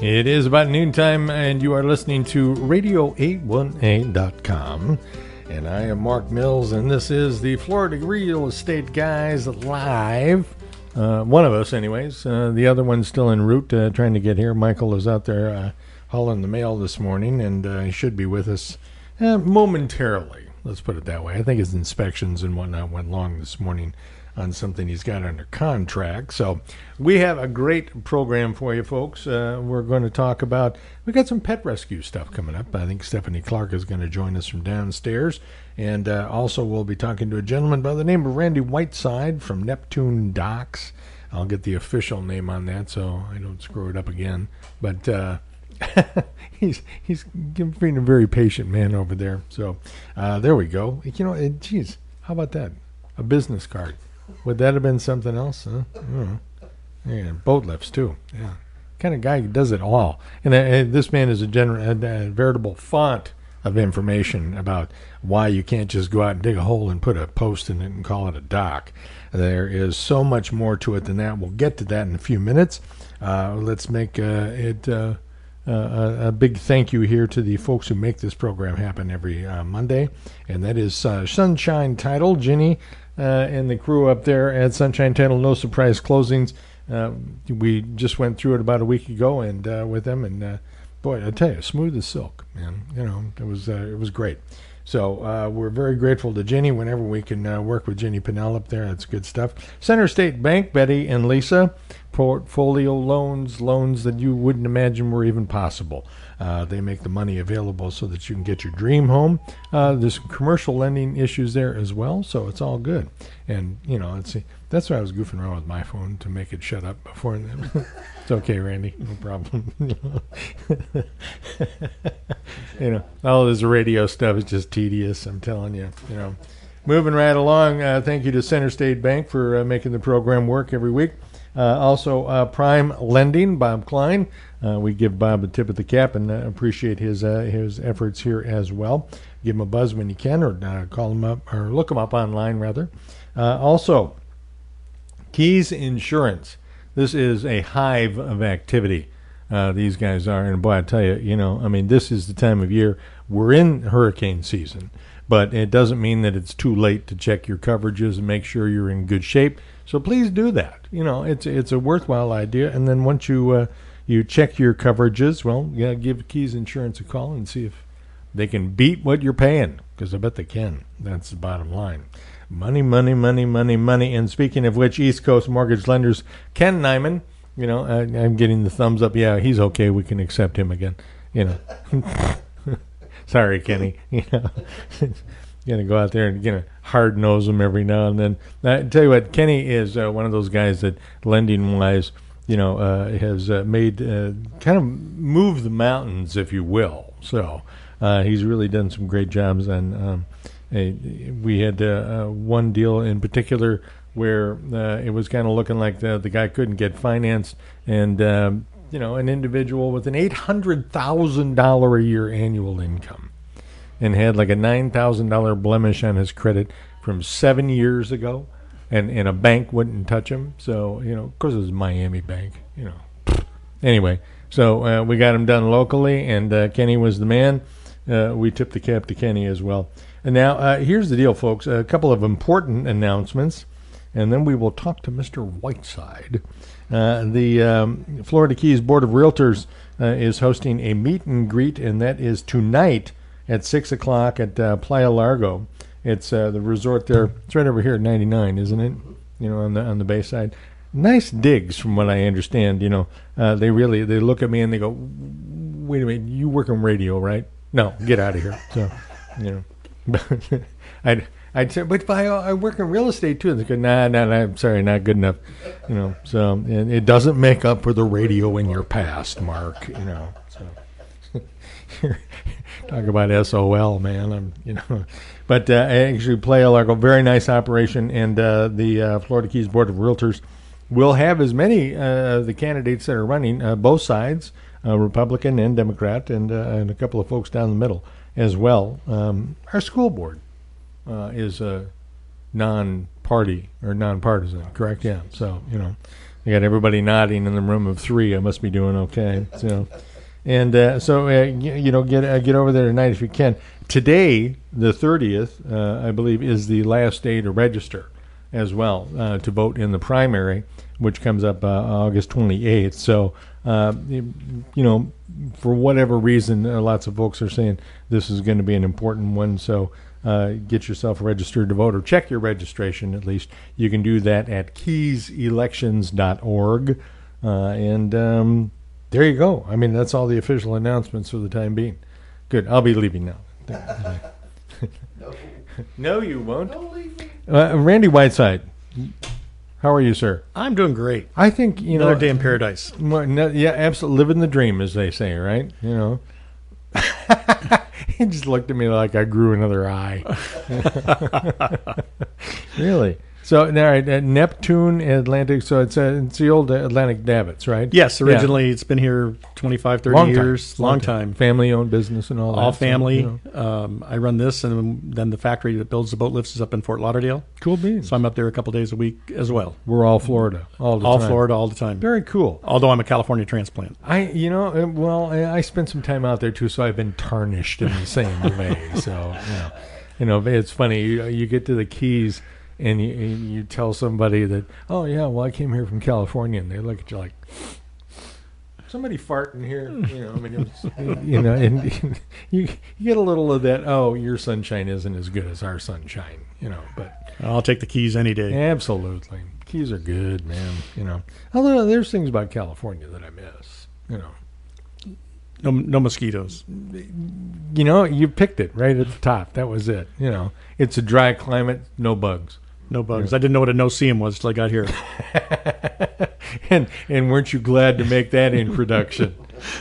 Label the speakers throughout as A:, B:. A: It is about noontime, and you are listening to Radio818.com. And I am Mark Mills, and this is the Florida Real Estate Guys live. Uh, one of us, anyways. Uh, the other one's still en route, uh, trying to get here. Michael is out there uh, hauling the mail this morning, and uh, he should be with us uh, momentarily. Let's put it that way. I think his inspections and whatnot went long this morning on something he's got under contract. So we have a great program for you folks. Uh, we're going to talk about we got some pet rescue stuff coming up. I think Stephanie Clark is going to join us from downstairs, and uh, also we'll be talking to a gentleman by the name of Randy Whiteside from Neptune Docks. I'll get the official name on that so I don't screw it up again. But uh, he's he's being a very patient man over there. So uh, there we go. You know, it, geez, how about that? A business card. Would that have been something else? Huh? I don't know. Yeah, boat lifts too. Yeah, kind of guy who does it all. And uh, uh, this man is a, gener- a, a veritable font of information about why you can't just go out and dig a hole and put a post in it and call it a dock. There is so much more to it than that. We'll get to that in a few minutes. Uh, let's make uh, it. Uh, uh, a, a big thank you here to the folks who make this program happen every uh, Monday, and that is uh, Sunshine Title, Ginny, uh, and the crew up there at Sunshine Title. No surprise closings. Uh, we just went through it about a week ago, and uh, with them, and uh, boy, I tell you, smooth as silk, man. You know, it was uh, it was great. So uh, we're very grateful to Jenny whenever we can uh, work with Jenny Pinnell up there. That's good stuff. Center State Bank, Betty and Lisa, portfolio loans, loans that you wouldn't imagine were even possible. Uh, they make the money available so that you can get your dream home. Uh, there's some commercial lending issues there as well, so it's all good. And you know, it's that's why I was goofing around with my phone to make it shut up before. it's okay, Randy, no problem. you know, all this radio stuff is just tedious. I'm telling you, you know. Moving right along, uh, thank you to Center State Bank for uh, making the program work every week. Uh, also, uh, Prime Lending, Bob Klein. Uh, we give Bob a tip of the cap and uh, appreciate his uh, his efforts here as well. Give him a buzz when you can, or uh, call him up, or look him up online rather. Uh, also, Keys Insurance. This is a hive of activity. Uh, these guys are, and boy, I tell you, you know, I mean, this is the time of year we're in hurricane season, but it doesn't mean that it's too late to check your coverages and make sure you're in good shape. So please do that. You know, it's it's a worthwhile idea. And then once you uh, you check your coverages, well, yeah, give Keys Insurance a call and see if they can beat what you're paying because I bet they can. That's the bottom line. Money, money, money, money, money. And speaking of which, East Coast mortgage lenders, Ken Nyman, you know, I, I'm getting the thumbs up. Yeah, he's okay. We can accept him again. You know, sorry, Kenny. You know, gonna go out there and gonna hard nose him every now and then. I tell you what, Kenny is uh, one of those guys that lending wise, you know, uh, has uh, made uh, kind of move the mountains, if you will. So uh, he's really done some great jobs. And um, eh, we had uh, uh, one deal in particular where uh, it was kind of looking like the, the guy couldn't get financed, and um, you know, an individual with an eight hundred thousand dollar a year annual income and had like a nine thousand dollar blemish on his credit from seven years ago, and and a bank wouldn't touch him. So you know, of course, it was Miami Bank. You know, anyway. So uh, we got him done locally, and uh, Kenny was the man. Uh, we tipped the cap to Kenny as well. And now uh, here's the deal, folks. A couple of important announcements and then we will talk to Mr. Whiteside. Uh, the um, Florida Keys Board of Realtors uh, is hosting a meet and greet, and that is tonight at 6 o'clock at uh, Playa Largo. It's uh, the resort there. It's right over here at 99, isn't it? You know, on the on the Bayside. Nice digs, from what I understand. You know, uh, they really they look at me and they go, "Wait a minute, you work on radio, right? No, get out of here." So, you know. But I'd I'd say, but I, I work in real estate too. And they go, nah, nah, nah, I'm sorry, not good enough. You know, so and it doesn't make up for the radio in your past, Mark. You know, so talk about SOL, man. I'm, you know, but uh, I actually play a like a very nice operation, and uh, the uh, Florida Keys Board of Realtors will have as many uh, of the candidates that are running, uh, both sides, uh, Republican and Democrat, and uh, and a couple of folks down the middle as well. Um, our school board uh, is a non-party or non-partisan, correct? Yeah. So you know, I got everybody nodding in the room of three. I must be doing okay. So, and uh, so uh, y- you know, get uh, get over there tonight if you can. Today, the thirtieth, uh, I believe, is the last day to register as well uh, to vote in the primary, which comes up uh, August twenty eighth. So, uh, you you know, for whatever reason, uh, lots of folks are saying this is going to be an important one. So uh, get yourself registered to vote or check your registration at least. You can do that at keyselections.org. Uh, and um, there you go. I mean, that's all the official announcements for the time being. Good. I'll be leaving now.
B: No,
A: No, you won't.
B: don't leave me.
A: Uh, Randy Whiteside, how are you, sir?
C: I'm doing great.
A: I think, you
C: Another
A: know.
C: day in paradise.
A: Well, no, yeah, absolutely. Living the dream, as they say, right? You know. he just looked at me like I grew another eye. really? So, all right, uh, Neptune Atlantic. So it's uh, it's the old Atlantic Davits, right?
C: Yes,
A: Yeah.
C: originally it's been here 25, 30 years, long time.
A: Family owned business and all that.
C: All
A: so,
C: family.
A: you know.
C: um, I run this, and then the factory that builds the boat lifts is up in Fort Lauderdale.
A: Cool beans.
C: So I'm up there a couple days a week as well.
A: We're all Florida. All the
C: all
A: time.
C: Florida, all the time.
A: Very cool.
C: Although I'm a California transplant.
A: I, you know, uh, well, I I spent some time out there too, so I've been tarnished in the same way. So, you know, you know, it's funny. You, uh, you get to the Keys and you, and you tell somebody that, oh yeah, well, I came here from California, and they look at you like, somebody farting here. You know, I mean, it was, you know, and, you you get a little of that. Oh, your sunshine isn't as good as our sunshine. You know, but
C: I'll take the keys any day.
A: Absolutely. Keys are good, man. You know, although there's things about California that I miss. You know,
C: No, no mosquitoes.
A: you know, you picked it right at the top. That was it. You know, it's a dry climate, no bugs.
C: No bugs. I didn't know what a no seam was till I got here.
A: and and weren't you glad to make that introduction?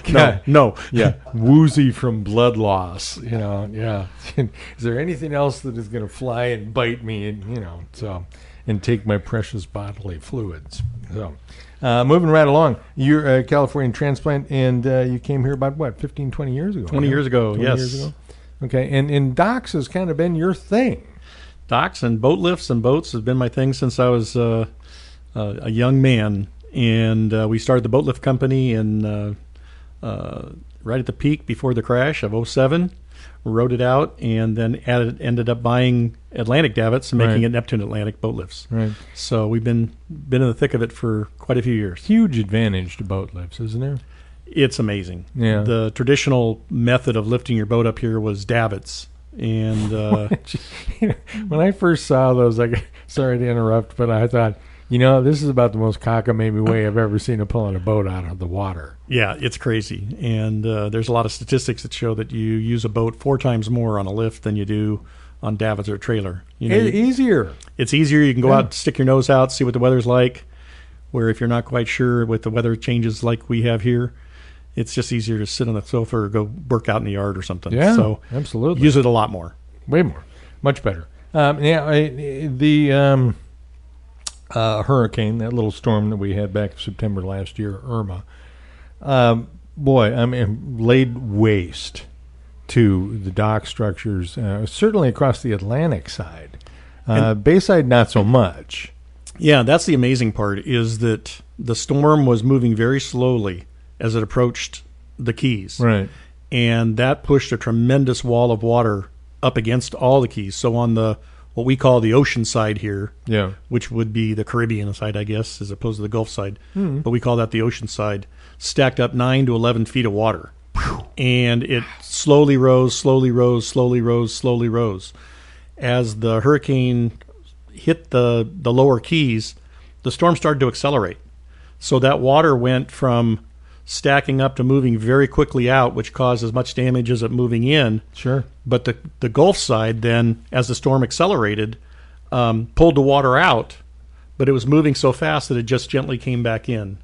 C: No, no.
A: yeah, woozy from blood loss. You know, yeah. is there anything else that is going to fly and bite me? And you know, so and take my precious bodily fluids. So, uh, moving right along, you're a Californian transplant, and uh, you came here about what 15, 20 years ago.
C: 20
A: yeah?
C: years ago,
A: 20
C: yes.
A: years ago? Okay, and and docs has kind of been your thing.
C: docks and boat lifts and boats has been my thing since I was uh, uh, a young man. And uh, we started the boat lift company in uh, uh, right at the peak before the crash of 07. Wrote it out and then added, ended up buying Atlantic davits and making
A: Right.
C: it Neptune Atlantic boat lifts.
A: Right.
C: So we've been been in the thick of it for quite a few years.
A: Huge advantage to boat lifts, isn't there?
C: It's amazing.
A: Yeah.
C: The traditional method of lifting your boat up here was davits, and uh,
A: You know, when I first saw those, I sorry to interrupt, but I thought, you know, this is about the most cockamamie way I've ever seen of pulling a boat out of the water.
C: Yeah, it's crazy, and uh, there's a lot of statistics that show that you use a boat four times more on a lift than you do on davits or a trailer. You know,
A: E- easier,
C: it's easier. You can go
A: Yeah.
C: out, stick your nose out, see what the weather's like. Where if you're not quite sure with the weather changes like we have here, it's just easier to sit on the sofa or go work out in the yard or something.
A: yeah,
C: so
A: absolutely,
C: use it a lot more.
A: way more, much better. Um, yeah, I, the um, uh, hurricane, that little storm that we had back in September last year, Irma. Um, boy, I mean, laid waste to the dock structures, uh, certainly across the Atlantic side. Uh, Bayside, not so much.
C: Yeah, that's the amazing part is that the storm was moving very slowly as it approached the Keys.
A: Right.
C: and that pushed a tremendous wall of water up against all the keys. So on the what we call the ocean side here,
A: Yeah.
C: which would be the Caribbean side, I guess, as opposed to the Gulf side, but we call that the ocean side, stacked up nine to eleven feet of water, and it slowly rose, slowly rose, slowly rose, slowly rose. As the hurricane hit the the lower keys, the storm started to accelerate. So that water went from stacking up to moving very quickly out, which caused as much damage as it moving in.
A: Sure.
C: But the, the Gulf side then, as the storm accelerated, um, pulled the water out, but it was moving so fast that it just gently came back in,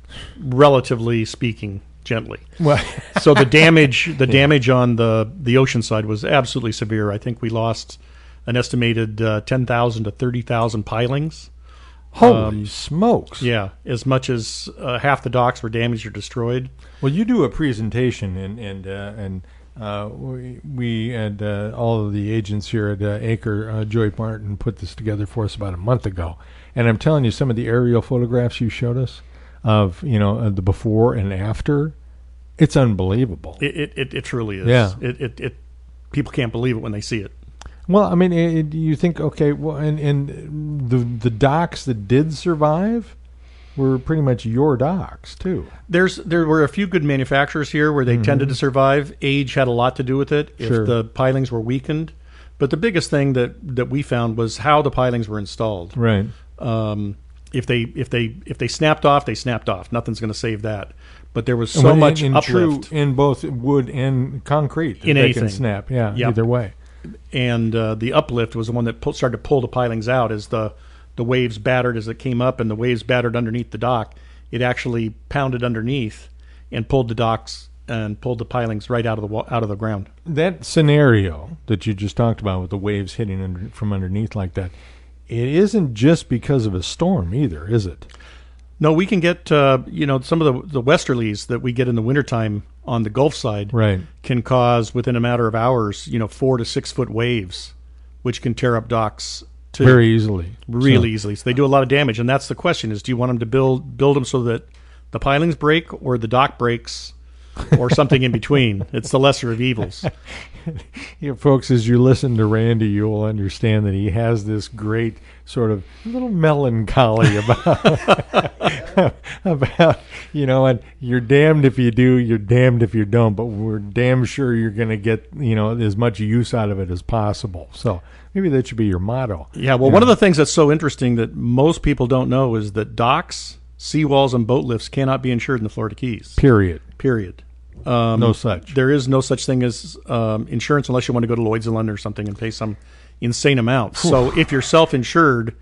C: relatively speaking, gently.
A: Well,
C: So the damage the damage on the the ocean side was absolutely severe. I think we lost an estimated uh, ten thousand to thirty thousand pilings.
A: holy smokes!
C: Yeah, as much as uh, half the docks were damaged or destroyed.
A: Well, you do a presentation, and and uh, and uh, we, we and uh, all of the agents here at uh, Acre, uh, Joy Martin, put this together for us about a month ago. And I'm telling you, some of the aerial photographs you showed us, of you know of the before and after. It's unbelievable.
C: It, it, it, it truly is.
A: Yeah.
C: It, it, it, people can't believe it when they see it.
A: Well, I mean, it, it- you think okay, well, and and the the docs that did survive were pretty much your docs too.
C: There's there were a few good manufacturers here where they tended to survive. Age had a lot to do with it. If
A: Mm-hmm. Sure.
C: the pilings were weakened, but the biggest thing that that we found was how the pilings were installed.
A: Right.
C: Um, if they if they if they snapped off, they snapped off. Nothing's going to save that. But there was
A: And
C: so
A: when-
C: much
A: and, and true
C: uplift,
A: in both wood and concrete. that
C: In
A: they
C: anything.
A: can snap. Yeah.
C: Yep.
A: Either way.
C: and uh, the uplift was the one that pull, started to pull the pilings out as the the waves battered as it came up, and the waves battered underneath the dock. It actually pounded underneath and pulled the docks and pulled the pilings right out of the wa- out of the ground.
A: that scenario that you just talked about with the waves hitting under, from underneath like that, it isn't just because of a storm either, is it?
C: No, we can get uh, you know some of the the westerlies that we get in the wintertime on the Gulf side
A: Right.
C: can cause within a matter of hours you know four to six foot waves, which can tear up docks to
A: Very easily.
C: really
A: So-
C: easily. So they do a lot of damage, and that's the question: is do you want them to build build them so that the pilings break or the dock breaks? or something in between. It's the lesser of evils.
A: Yeah, folks, as you listen to Randy, you will understand that he has this great sort of little melancholy about about you know, and you're damned if you do, you're damned if you don't, but we're damn sure you're going to get you know as much use out of it as possible. So maybe that should be your motto.
C: Yeah, well, one of the things that's so interesting that most people don't know is that docks, seawalls, and boat lifts cannot be insured in the Florida Keys.
A: Period.
C: Period. Um,
A: No such.
C: There is no such thing as um, insurance unless you want to go to Lloyd's of London or something and pay some insane amount. so if you're self-insured,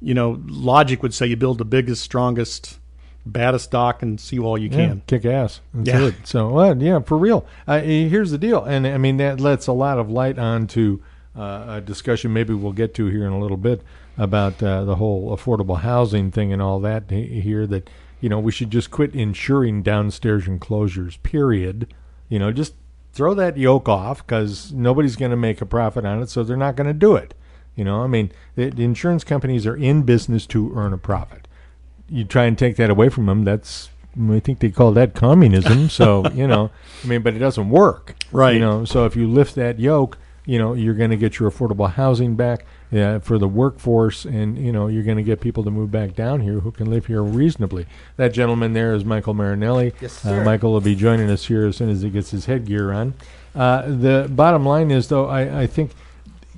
C: you know, logic would say you build the biggest, strongest, baddest dock and seawall you
A: Yeah,
C: can.
A: kick ass. That's
C: Yeah.
A: it. So, well, yeah, for real. Uh, here's the deal, and I mean that lets a lot of light onto uh, a discussion maybe we'll get to here in a little bit about uh, the whole affordable housing thing and all that he- here. That you know we should just quit insuring downstairs enclosures. Period. You know, just throw that yoke off because nobody's going to make a profit on it, so they're not going to do it. You know, I mean, the, the insurance companies are in business to earn a profit you try and take that away from them, that's I think they call that communism. So you know, I mean, but it doesn't work,
C: Right.
A: You know, so if you lift that yoke, you know, you're going to get your affordable housing back uh, for the workforce, and you know, you're going to get people to move back down here who can live here reasonably. That gentleman there is Michael Marinelli.
B: Yes,
A: Uh,
B: sir.
A: Michael will be joining us here as soon as he gets his headgear on. Uh, the bottom line is, though, I, I think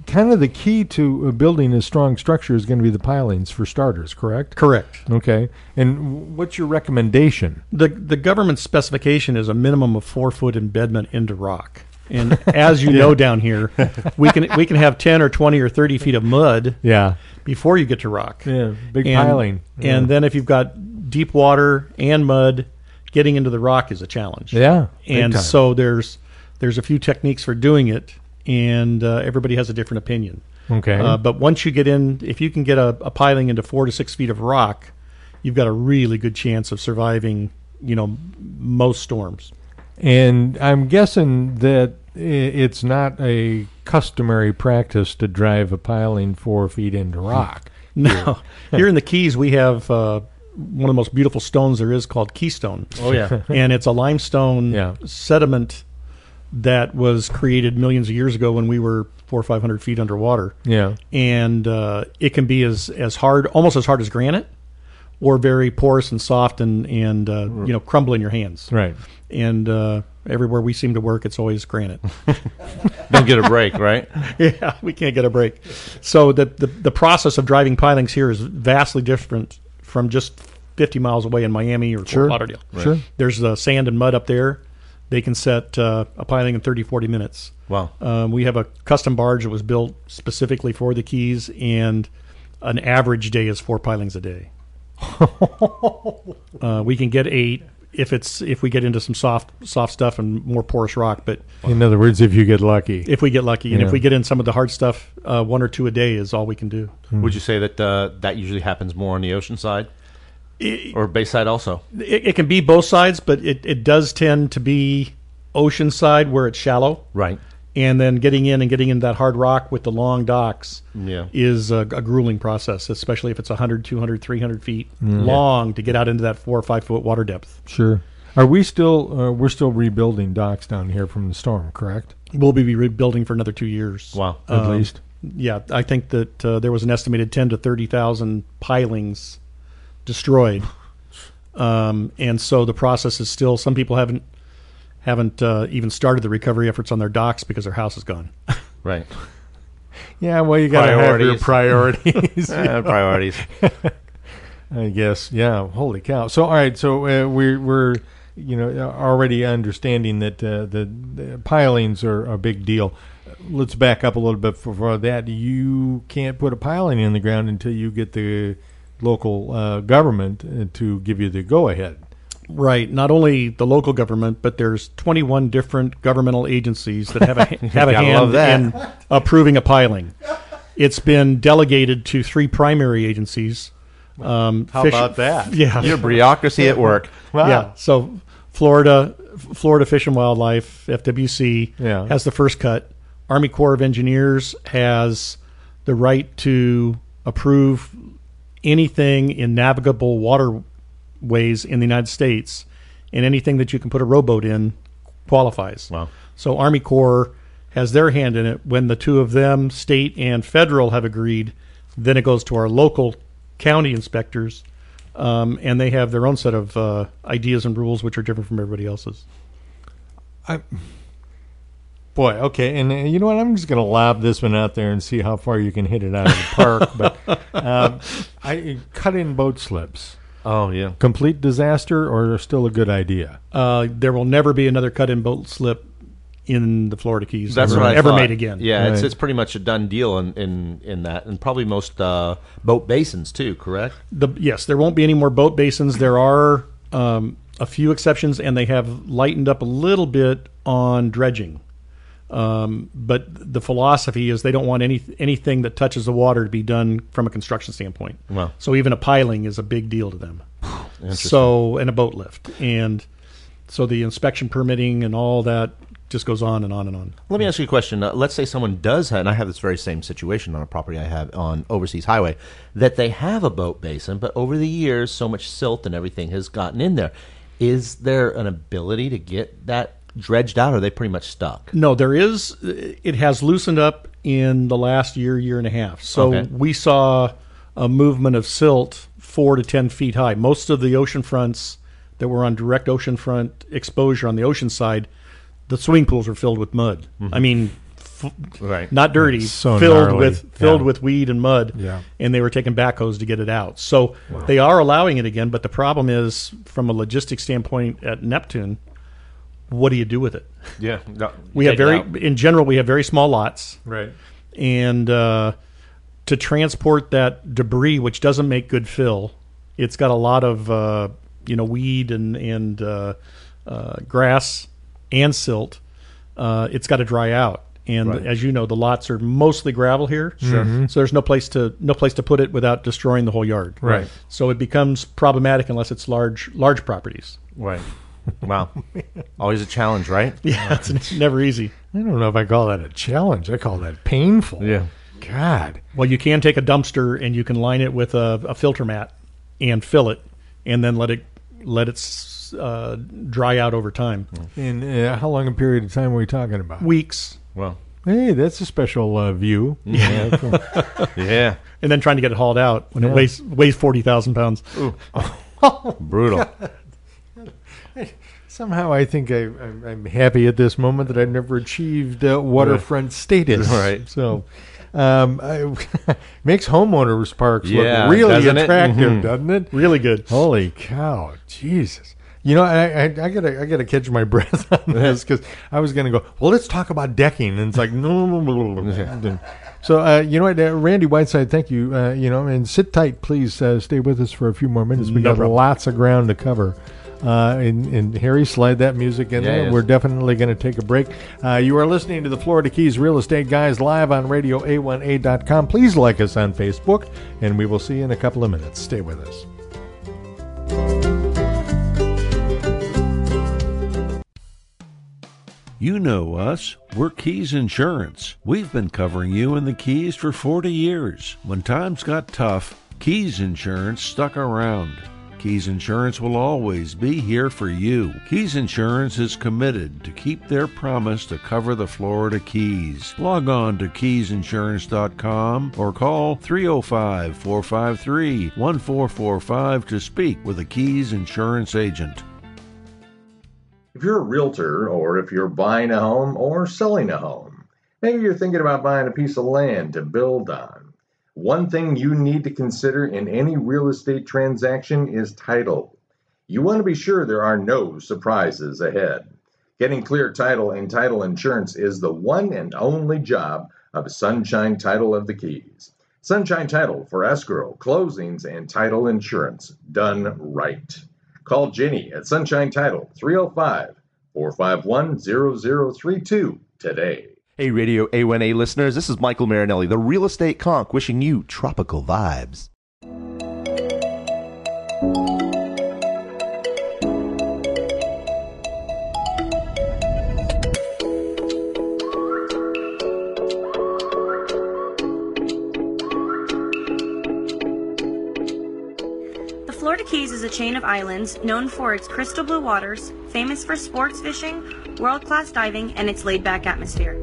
A: kind of the key to uh, building a strong structure is going to be the pilings for starters, correct?
C: Correct.
A: Okay. And w- what's your recommendation?
C: The the government specification is a minimum of four foot embedment into rock. And as you know down here, we can we can have ten or twenty or thirty feet of mud
A: Yeah.
C: before you get to rock.
A: Yeah. Big
C: and,
A: piling.
C: And then if you've got deep water and mud, getting into the rock is a challenge.
A: yeah. big
C: And
A: time.
C: so there's there's a few techniques for doing it, and uh, everybody has a different opinion.
A: okay.
C: Uh, but once you get in, if you can get a, a piling into four to six feet of rock, you've got a really good chance of surviving. You know, most storms.
A: and I'm guessing that i- it's not a customary practice to drive a piling four feet into rock.
C: No, here in the Keys, we have uh, one of the most beautiful stones there is called Keystone.
A: Oh, yeah.
C: and it's a limestone
A: Yeah.
C: sediment that was created millions of years ago when we were four or five hundred feet underwater,
A: yeah.
C: and uh, it can be as as hard, almost as hard as granite, or very porous and soft, and and uh, you know crumble in your hands.
A: Right.
C: And uh, everywhere we seem to work, it's always granite.
D: Don't get a break, right?
C: yeah, we can't get a break. So the, the the process of driving pilings here is vastly different from just 50 miles away in Miami or
A: Sure.
C: Fort Lauderdale.
A: Sure.
C: There's uh, sand and mud up there. They can set uh, a piling in 30, 40 minutes.
D: Wow.
C: Um, we have a custom barge that was built specifically for the Keys, and an average day is four pilings a day. uh, we can get eight if it's if we get into some soft soft stuff and more porous rock, but
A: In other words, if you get lucky.
C: if we get lucky and
A: Yeah.
C: if we get in some of the hard stuff, uh, one or two a day is all we can do.
D: Would you say that uh, that usually happens more on the ocean side
C: It,
D: or bayside also?
C: it, it can be both sides, but it, it does tend to be ocean side where it's shallow
D: Right.
C: and then getting in and getting into that hard rock with the long docks
D: Yeah.
C: is a, a grueling process, especially if it's 100, 200, 300 feet
D: Mm.
C: long to get out into that four or five foot water depth.
A: Sure. Are we still? Uh, we're still rebuilding docks down here from the storm, correct?
C: We'll be rebuilding for another two years.
D: Wow.
A: At
C: Um,
A: least.
C: Yeah, I think that uh, there was an estimated ten to thirty thousand pilings destroyed, um, and so the process is still. Some people haven't haven't uh, even started the recovery efforts on their docks because their house is gone.
D: Right.
A: Yeah. Well, you got to have your
D: Priorities.
A: priorities.
D: Uh, priorities.
A: I guess. Yeah. Holy cow. So all right. So uh, we're we're you know already understanding that uh, the, the pilings are a big deal. Let's back up a little bit before that. You can't put a piling in the ground until you get the local uh, government uh, to give you the go ahead.
C: Right. Not only the local government, but there's 21 different governmental agencies that have a have a
D: Gotta
C: hand
D: love that.
C: in approving a piling. It's been delegated to three primary agencies. Um,
A: How
C: Fish-
A: about that?
C: Yeah.
D: Your bureaucracy at work.
A: Wow.
C: Yeah. So Florida, Florida Fish and Wildlife (FWC)
A: Yeah.
C: has the first cut. Army Corps of Engineers has the right to approve anything in navigable waterways in the United States, and anything that you can put a rowboat in qualifies.
D: Wow.
C: So Army Corps has their hand in it. When the two of them, state and federal, have agreed, then it goes to our local county inspectors, um, and they have their own set of uh, ideas and rules which are different from everybody else's.
A: Boy, okay, and uh, you know what? I'm just going to lob this one out there and see how far you can hit it out of the park. but um, I cut in boat slips.
D: Oh yeah.
A: Complete disaster, or still a good idea?
C: Uh, there will never be another cut-in boat slip in the Florida Keys.
D: That's
C: ever,
D: what I
C: ever
D: thought.
C: made again.
D: Yeah, it's
A: Right.
D: it's pretty much a done deal in in, in that, and probably most uh, boat basins too. Correct.
C: The, yes, there won't be any more boat basins. There are um, a few exceptions, and they have lightened up a little bit on dredging. Um, but the philosophy is they don't want any anything that touches the water to be done from a construction standpoint.
D: Wow.
C: So even a piling is a big deal to them. So and a boat lift, and so the inspection permitting and all that just goes on and on and on.
D: Let me ask you a question. Uh, let's say someone does have, and I have this very same situation on a property I have on Overseas Highway, that they have a boat basin, but over the years, so much silt and everything has gotten in there. Is there an ability to get that dredged out, or are they pretty much stuck?
C: No, there is. It has loosened up in the last year, year and a half. So
D: Okay.
C: we saw a movement of silt four to ten feet high. Most of the ocean fronts that were on direct oceanfront exposure on the ocean side, the swimming pools were filled with mud. I mean, f-
D: Right.
C: not dirty,
A: Mm-hmm. So
C: filled
A: gnarly.
C: with filled
A: Yeah.
C: with weed and mud.
A: Yeah.
C: And they were taking backhoes to get it out. So they are allowing it again, but the problem is from a logistics standpoint at Neptune, what do you do with it?
D: Yeah.
C: We have very, in general, we have very small lots,
A: Right.
C: and uh, to transport that debris, which doesn't make good fill, it's got a lot of uh, you know weed and and uh, uh, grass and silt. Uh, it's got to dry out, and
D: Right.
C: as you know, the lots are mostly gravel here, sure. so there's no place to no place to put it without destroying the whole yard.
A: Right.
C: So it becomes problematic unless it's large large properties.
D: Right. Wow. Always a challenge, right?
C: Yeah, it's never easy.
A: I don't know if I call that a challenge. I call that painful.
D: Yeah.
A: God.
C: Well, you can take a dumpster and you can line it with a, a filter mat and fill it, and then let it let it s- uh, dry out over time.
A: And uh, how long a period of time are we talking about?
C: Weeks,
D: Well.
A: hey, that's a special uh, view. Yeah. from-
D: Yeah.
C: and then trying to get it hauled out when
A: Yeah.
C: it weighs weighs forty thousand pounds.
D: Brutal.
A: Somehow I think I, I'm, I'm happy at this moment that I've never achieved uh, waterfront status.
D: Right.
A: So, um, I, makes homeowners parks
D: Yeah,
A: look really
D: doesn't it?
A: attractive,
D: Mhm.
A: doesn't it?
C: Really good.
A: Holy cow, Jesus! You know, I, I, I gotta I gotta catch my breath on this because I was gonna go. Well, let's talk about decking, and it's like no. no, no, no, no, no." So uh, you know what, uh, Randy Whiteside, thank you. Uh, you know, and sit tight, please. Uh, stay with us for a few more minutes. We
C: No
A: got
C: problem.
A: lots of ground to cover. Uh, and, and Harry, slide that music in
D: Yeah,
A: there.
D: yes.
A: We're definitely going to take a break. Uh, you are listening to the Florida Keys Real Estate Guys live on Radio A1A.com. Please like us on Facebook, and we will see you in a couple of minutes. Stay with us.
E: You know us. We're Keys Insurance. We've been covering you and the Keys for 40 years. When times got tough, Keys Insurance stuck around. Keys Insurance will always be here for you. Keys Insurance is committed to keep their promise to cover the Florida Keys. Log on to keysinsurance.com or call 305 453 1445 to speak with a Keys Insurance agent.
F: If you're a realtor or if you're buying a home or selling a home, maybe you're thinking about buying a piece of land to build on. One thing you need to consider in any real estate transaction is title. You want to be sure there are no surprises ahead. Getting clear title and title insurance is the one and only job of Sunshine Title of the Keys. Sunshine Title for escrow, closings, and title insurance done right. Call Jenny at Sunshine Title 305 451 0032 today.
D: Hey, Radio A1A listeners, this is Michael Marinelli, the real estate conk, wishing you tropical vibes.
G: The Florida Keys is a chain of islands known for its crystal blue waters, famous for sports fishing, world class diving, and its laid back atmosphere.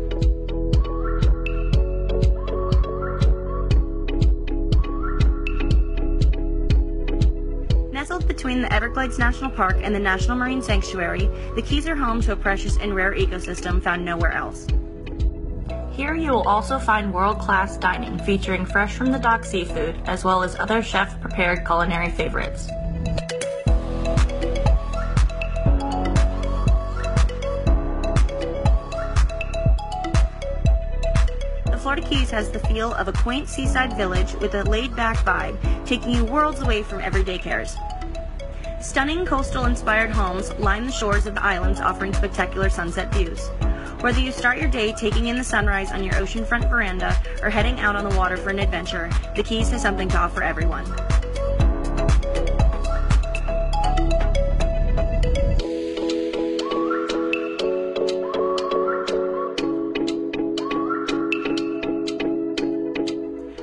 G: Nestled between the Everglades National Park and the National Marine Sanctuary, the Keys are home to a precious and rare ecosystem found nowhere else. Here you will also find world class dining featuring fresh from the dock seafood as well as other chef prepared culinary favorites. The Florida Keys has the feel of a quaint seaside village with a laid back vibe, taking you worlds away from everyday cares. Stunning coastal inspired homes line the shores of the islands, offering spectacular sunset views. Whether you start your day taking in the sunrise on your oceanfront veranda or heading out on the water for an adventure, the Keys has something to offer everyone.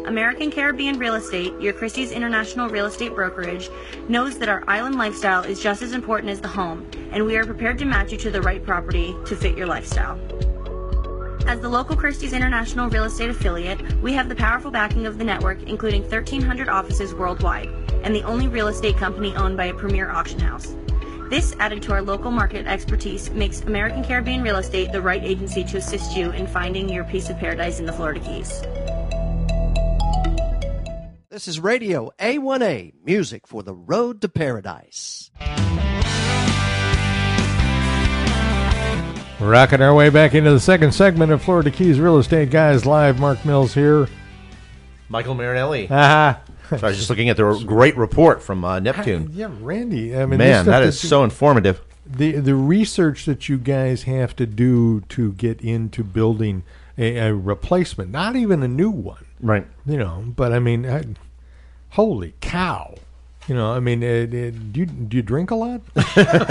G: American Caribbean Real Estate, your Christie's International Real Estate Brokerage, knows that our island lifestyle is just as important as the home, and we are prepared to match you to the right property to fit your lifestyle. As the local Christie's International Real Estate affiliate, we have the powerful backing of the network, including 1,300 offices worldwide, and the only real estate company owned by a premier auction house. This, added to our local market expertise, makes American Caribbean Real Estate the right agency to assist you in finding your piece of paradise in the Florida Keys.
H: This is Radio A1A, music for the road to paradise.
A: Rocking our way back into the second segment of Florida Keys Real Estate Guys Live. Mark Mills here.
D: Michael Marinelli.
A: Ah,
D: So I was just looking at the great report from uh, Neptune.
A: yeah, Randy. I mean, this
D: Man,
A: stuff
D: that is
A: you-
D: so informative.
A: the the research that you guys have to do to get into building a, a replacement, not even a new one,
D: Right.
A: you know. But I mean, I, holy cow! You know, I mean, it, it, do you do you drink a lot?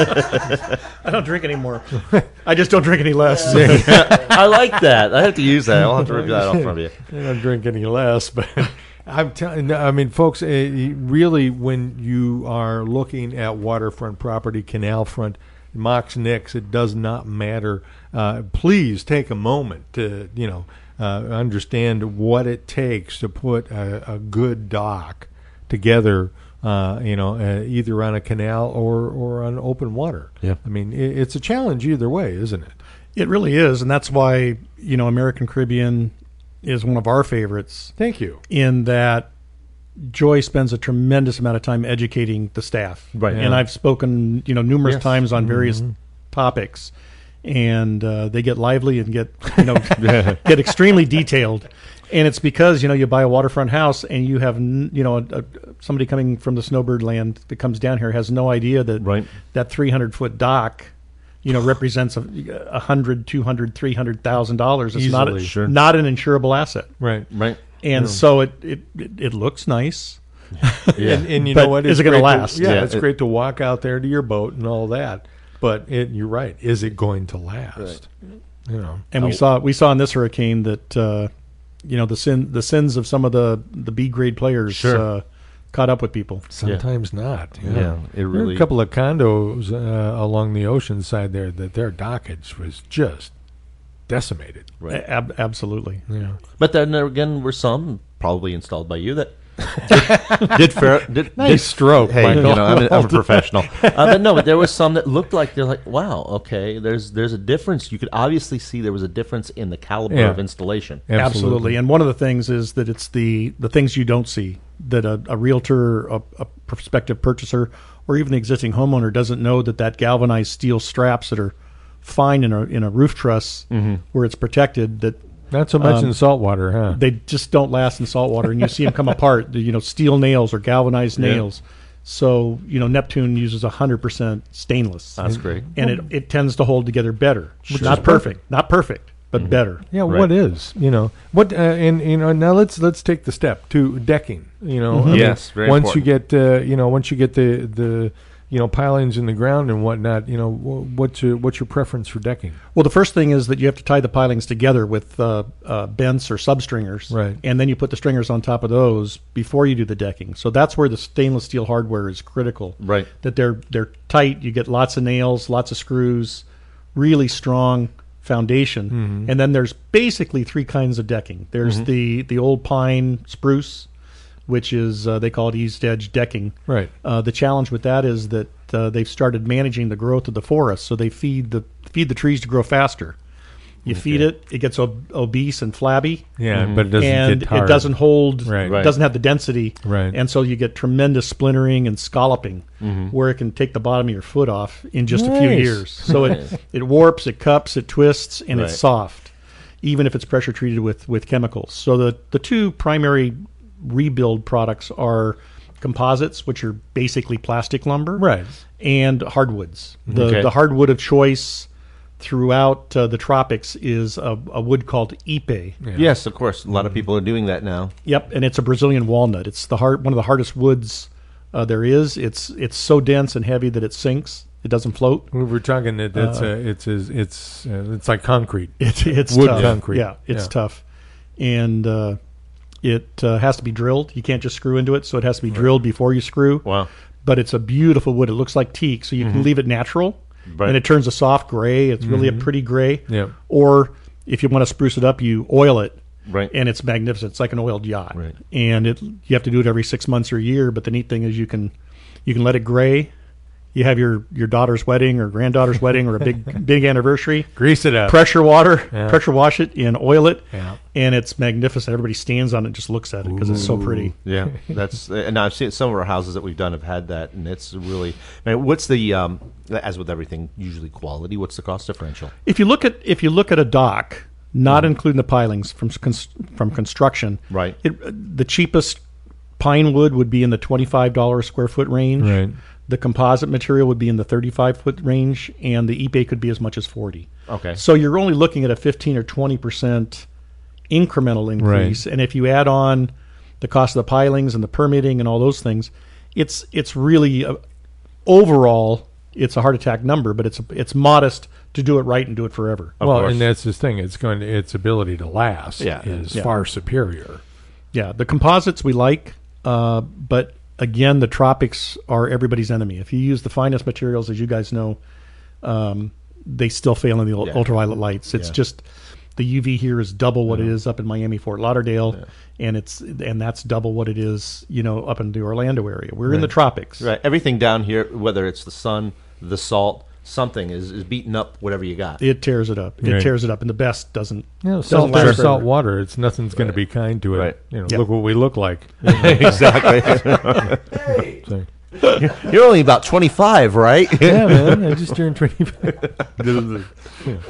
C: I don't drink anymore. I just don't drink any less.
D: I like that. I have to use that. I'll have to rip that off from you.
A: I don't drink any less, but I'm telling. no, I mean, folks, eh, you- really, when you are looking at waterfront property, canal front, Mox Nicks, it does not matter. Uh, please take a moment to you know uh, understand what it takes to put a, a good dock together. Uh, you know, uh, either on a canal or or on open water.
D: Yeah.
A: I mean, it, it's a challenge either way, isn't it?
C: It really is, and that's why you know American Caribbean is one of our favorites
A: Thank you.
C: in that Joy spends a tremendous amount of time educating the staff.
D: Right.
C: and
A: Yeah.
C: I've spoken you know numerous
A: Yes. Mm-hmm.
C: times on various topics, and uh, they get lively and get you know get extremely detailed. And it's because you know you buy a waterfront house and you have n- you know a, a, somebody coming from the snowbird land that comes down here has no idea that
D: Right.
C: that 300 foot dock you know represents a, a hundred two hundred three hundred thousand dollars it's not
A: Easily, sure.
C: not an insurable asset
A: Right.
D: Right.
C: and so it, it it it looks nice
A: And, and you
C: But
A: know what?
C: is
A: It's
C: it gonna
A: great
C: last?
A: yeah,
D: Yeah,
A: it's
D: it-
A: great to walk out there to your boat and all that. But it, you're right. Is it going to last? You know,
C: And we saw we saw in this hurricane that uh, you know the sin the sins of some of the the B grade players
D: Sure.
C: uh, caught up with people.
A: sometimes not. Yeah,
D: Yeah, it
A: There were
D: really-
A: a couple of condos uh, along the ocean side there that their dockage was just decimated.
D: Right.
C: A- ab- absolutely.
A: Yeah.
D: But then there again, were some probably installed by you that did fair. Did,
A: Nice
D: did-
A: stroke,
D: Hey, you
A: Michael.
D: know, I'm, a- I'm a professional. Uh, but no, but there was some that looked like they're like, wow, okay. There's there's a difference. You could obviously see there was a difference in the caliber
A: Yeah.
D: of installation.
A: Absolutely.
C: Absolutely. And one of the things is that it's the the things you don't see that a, a realtor, a, a prospective purchaser, or even the existing homeowner doesn't know that that galvanized steel straps that are fine in a in a roof truss where it's protected that
A: Not so
D: Um,
A: much in saltwater, huh?
C: they just don't last in salt water and you see them come apart the, you know steel nails or galvanized nails so you know neptune uses 100% stainless
D: That's great.
C: and it, it tends to hold together better not perfect. not perfect but better
A: Yeah, what is you know what uh, and you know now let's let's take the step to decking. You know, I mean,
D: Mm-hmm. Yes, very
A: once
D: important.
A: you get uh, you know once you get the the you know pilings in the ground and whatnot, you know wh- what's your what's your preference for decking?
C: well the first thing is that you have to tie the pilings together with uh, uh, bents or substringers
A: Right.
C: and then you put the stringers on top of those before you do the decking so that's where the stainless steel hardware is critical
D: Right.
C: that they're they're tight. You get lots of nails, lots of screws, really strong foundation.
A: Mm-hmm.
C: And then there's basically three kinds of decking. There's the the old pine spruce, which is uh, they call it east edge decking.
A: Right.
C: Uh, the challenge with that is that uh, they've started managing the growth of the forest, so they feed the feed the trees to grow faster. You feed it, it gets ob- obese and flabby
A: Yeah, but it doesn't
C: and
A: get tired.
C: it doesn't hold
A: Right.
D: Right.
C: doesn't have the density
A: Right.
C: and so you get tremendous splintering and scalloping where it can take the bottom of your foot off in just a
A: Mm-hmm.
C: few
A: Nice.
C: years so it, it warps it cups it twists and it's
D: Right.
C: soft even if it's pressure treated with, with chemicals so the, the two primary rebuild products are composites which are basically plastic lumber
A: Right. Mm-hmm.
C: and hardwoods the,
D: Okay.
C: the hardwood of choice throughout uh, the tropics is a, a wood called ipe
D: Yes, of course. A lot of people are doing that now.
C: Yep, and it's a Brazilian walnut. It's the hard, one of the hardest woods uh, there is. It's it's so dense and heavy that it sinks. It doesn't float.
A: We were talking that it's uh, it's it's it's, uh, it's like concrete.
C: It's it's
A: Wood
C: tough.
A: concrete.
C: Yeah, it's
A: Yeah.
C: tough, and uh, it uh, has to be drilled. You can't just screw into it, so it has to be drilled before you screw.
D: Wow.
C: But it's a beautiful wood. It looks like teak, so you
A: Mm-hmm.
C: can leave it natural,
D: Right.
C: and it turns a soft gray. It's really a pretty gray.
A: Yeah.
C: Or if you want to spruce it up, you oil it.
D: Right.
C: And it's magnificent. It's like an oiled yacht.
D: Right.
C: And it you have to do it every six months or a year. But the neat thing is you can you can let it gray. You have your your daughter's wedding or granddaughter's wedding or a big big anniversary
A: Grease it up.
C: pressure water, pressure wash it, and oil it,
A: Yeah.
C: and it's magnificent. Everybody stands on it, and just looks at it because it's so pretty.
D: Yeah, that's and I've seen some of our houses that we've done have had that, and it's really. I mean, what's the um, as with everything, usually quality. What's the cost differential?
C: If you look at if you look at a dock, not including the pilings from cons- from construction,
D: Right.
C: It, uh, the cheapest pine wood would be in the twenty five dollars square foot range.
A: Right.
C: The composite material would be in the thirty five foot range, and the ipe could be as much as forty.
D: Okay.
C: So you're only looking at a fifteen or twenty percent incremental increase, and if you add on the cost of the pilings and the permitting and all those things, it's it's really a, overall it's a heart attack number, but it's it's modest to do it right and do it forever.
A: well,
D: course.
A: and that's his thing. It's going to its ability to last
D: Oh, Yeah.
A: is
C: Yeah.
A: far superior.
C: Yeah, the composites we like, uh, but again, the tropics are everybody's enemy. If you use the finest materials, as you guys know, um, they still fail in the ul- ultraviolet lights. It's just the UV here is double what it is up in Miami, Fort Lauderdale, and it's and that's double what it is, you know, up in the Orlando area. We're in the tropics.
D: Right, everything down here, whether it's the sun, the salt, something is, is beating up whatever you got.
C: It tears it up. It
A: Right.
C: tears it up, and the best doesn't.
A: You know,
C: doesn't
A: salt,
C: last
A: air,
C: forever.
A: salt water. It's nothing's going to be kind to it.
D: Right.
A: You know,
C: Yeah.
A: look what we look like.
D: exactly.
A: So-
D: You're only about 25, right?
A: yeah, man. I just turned 25. yeah.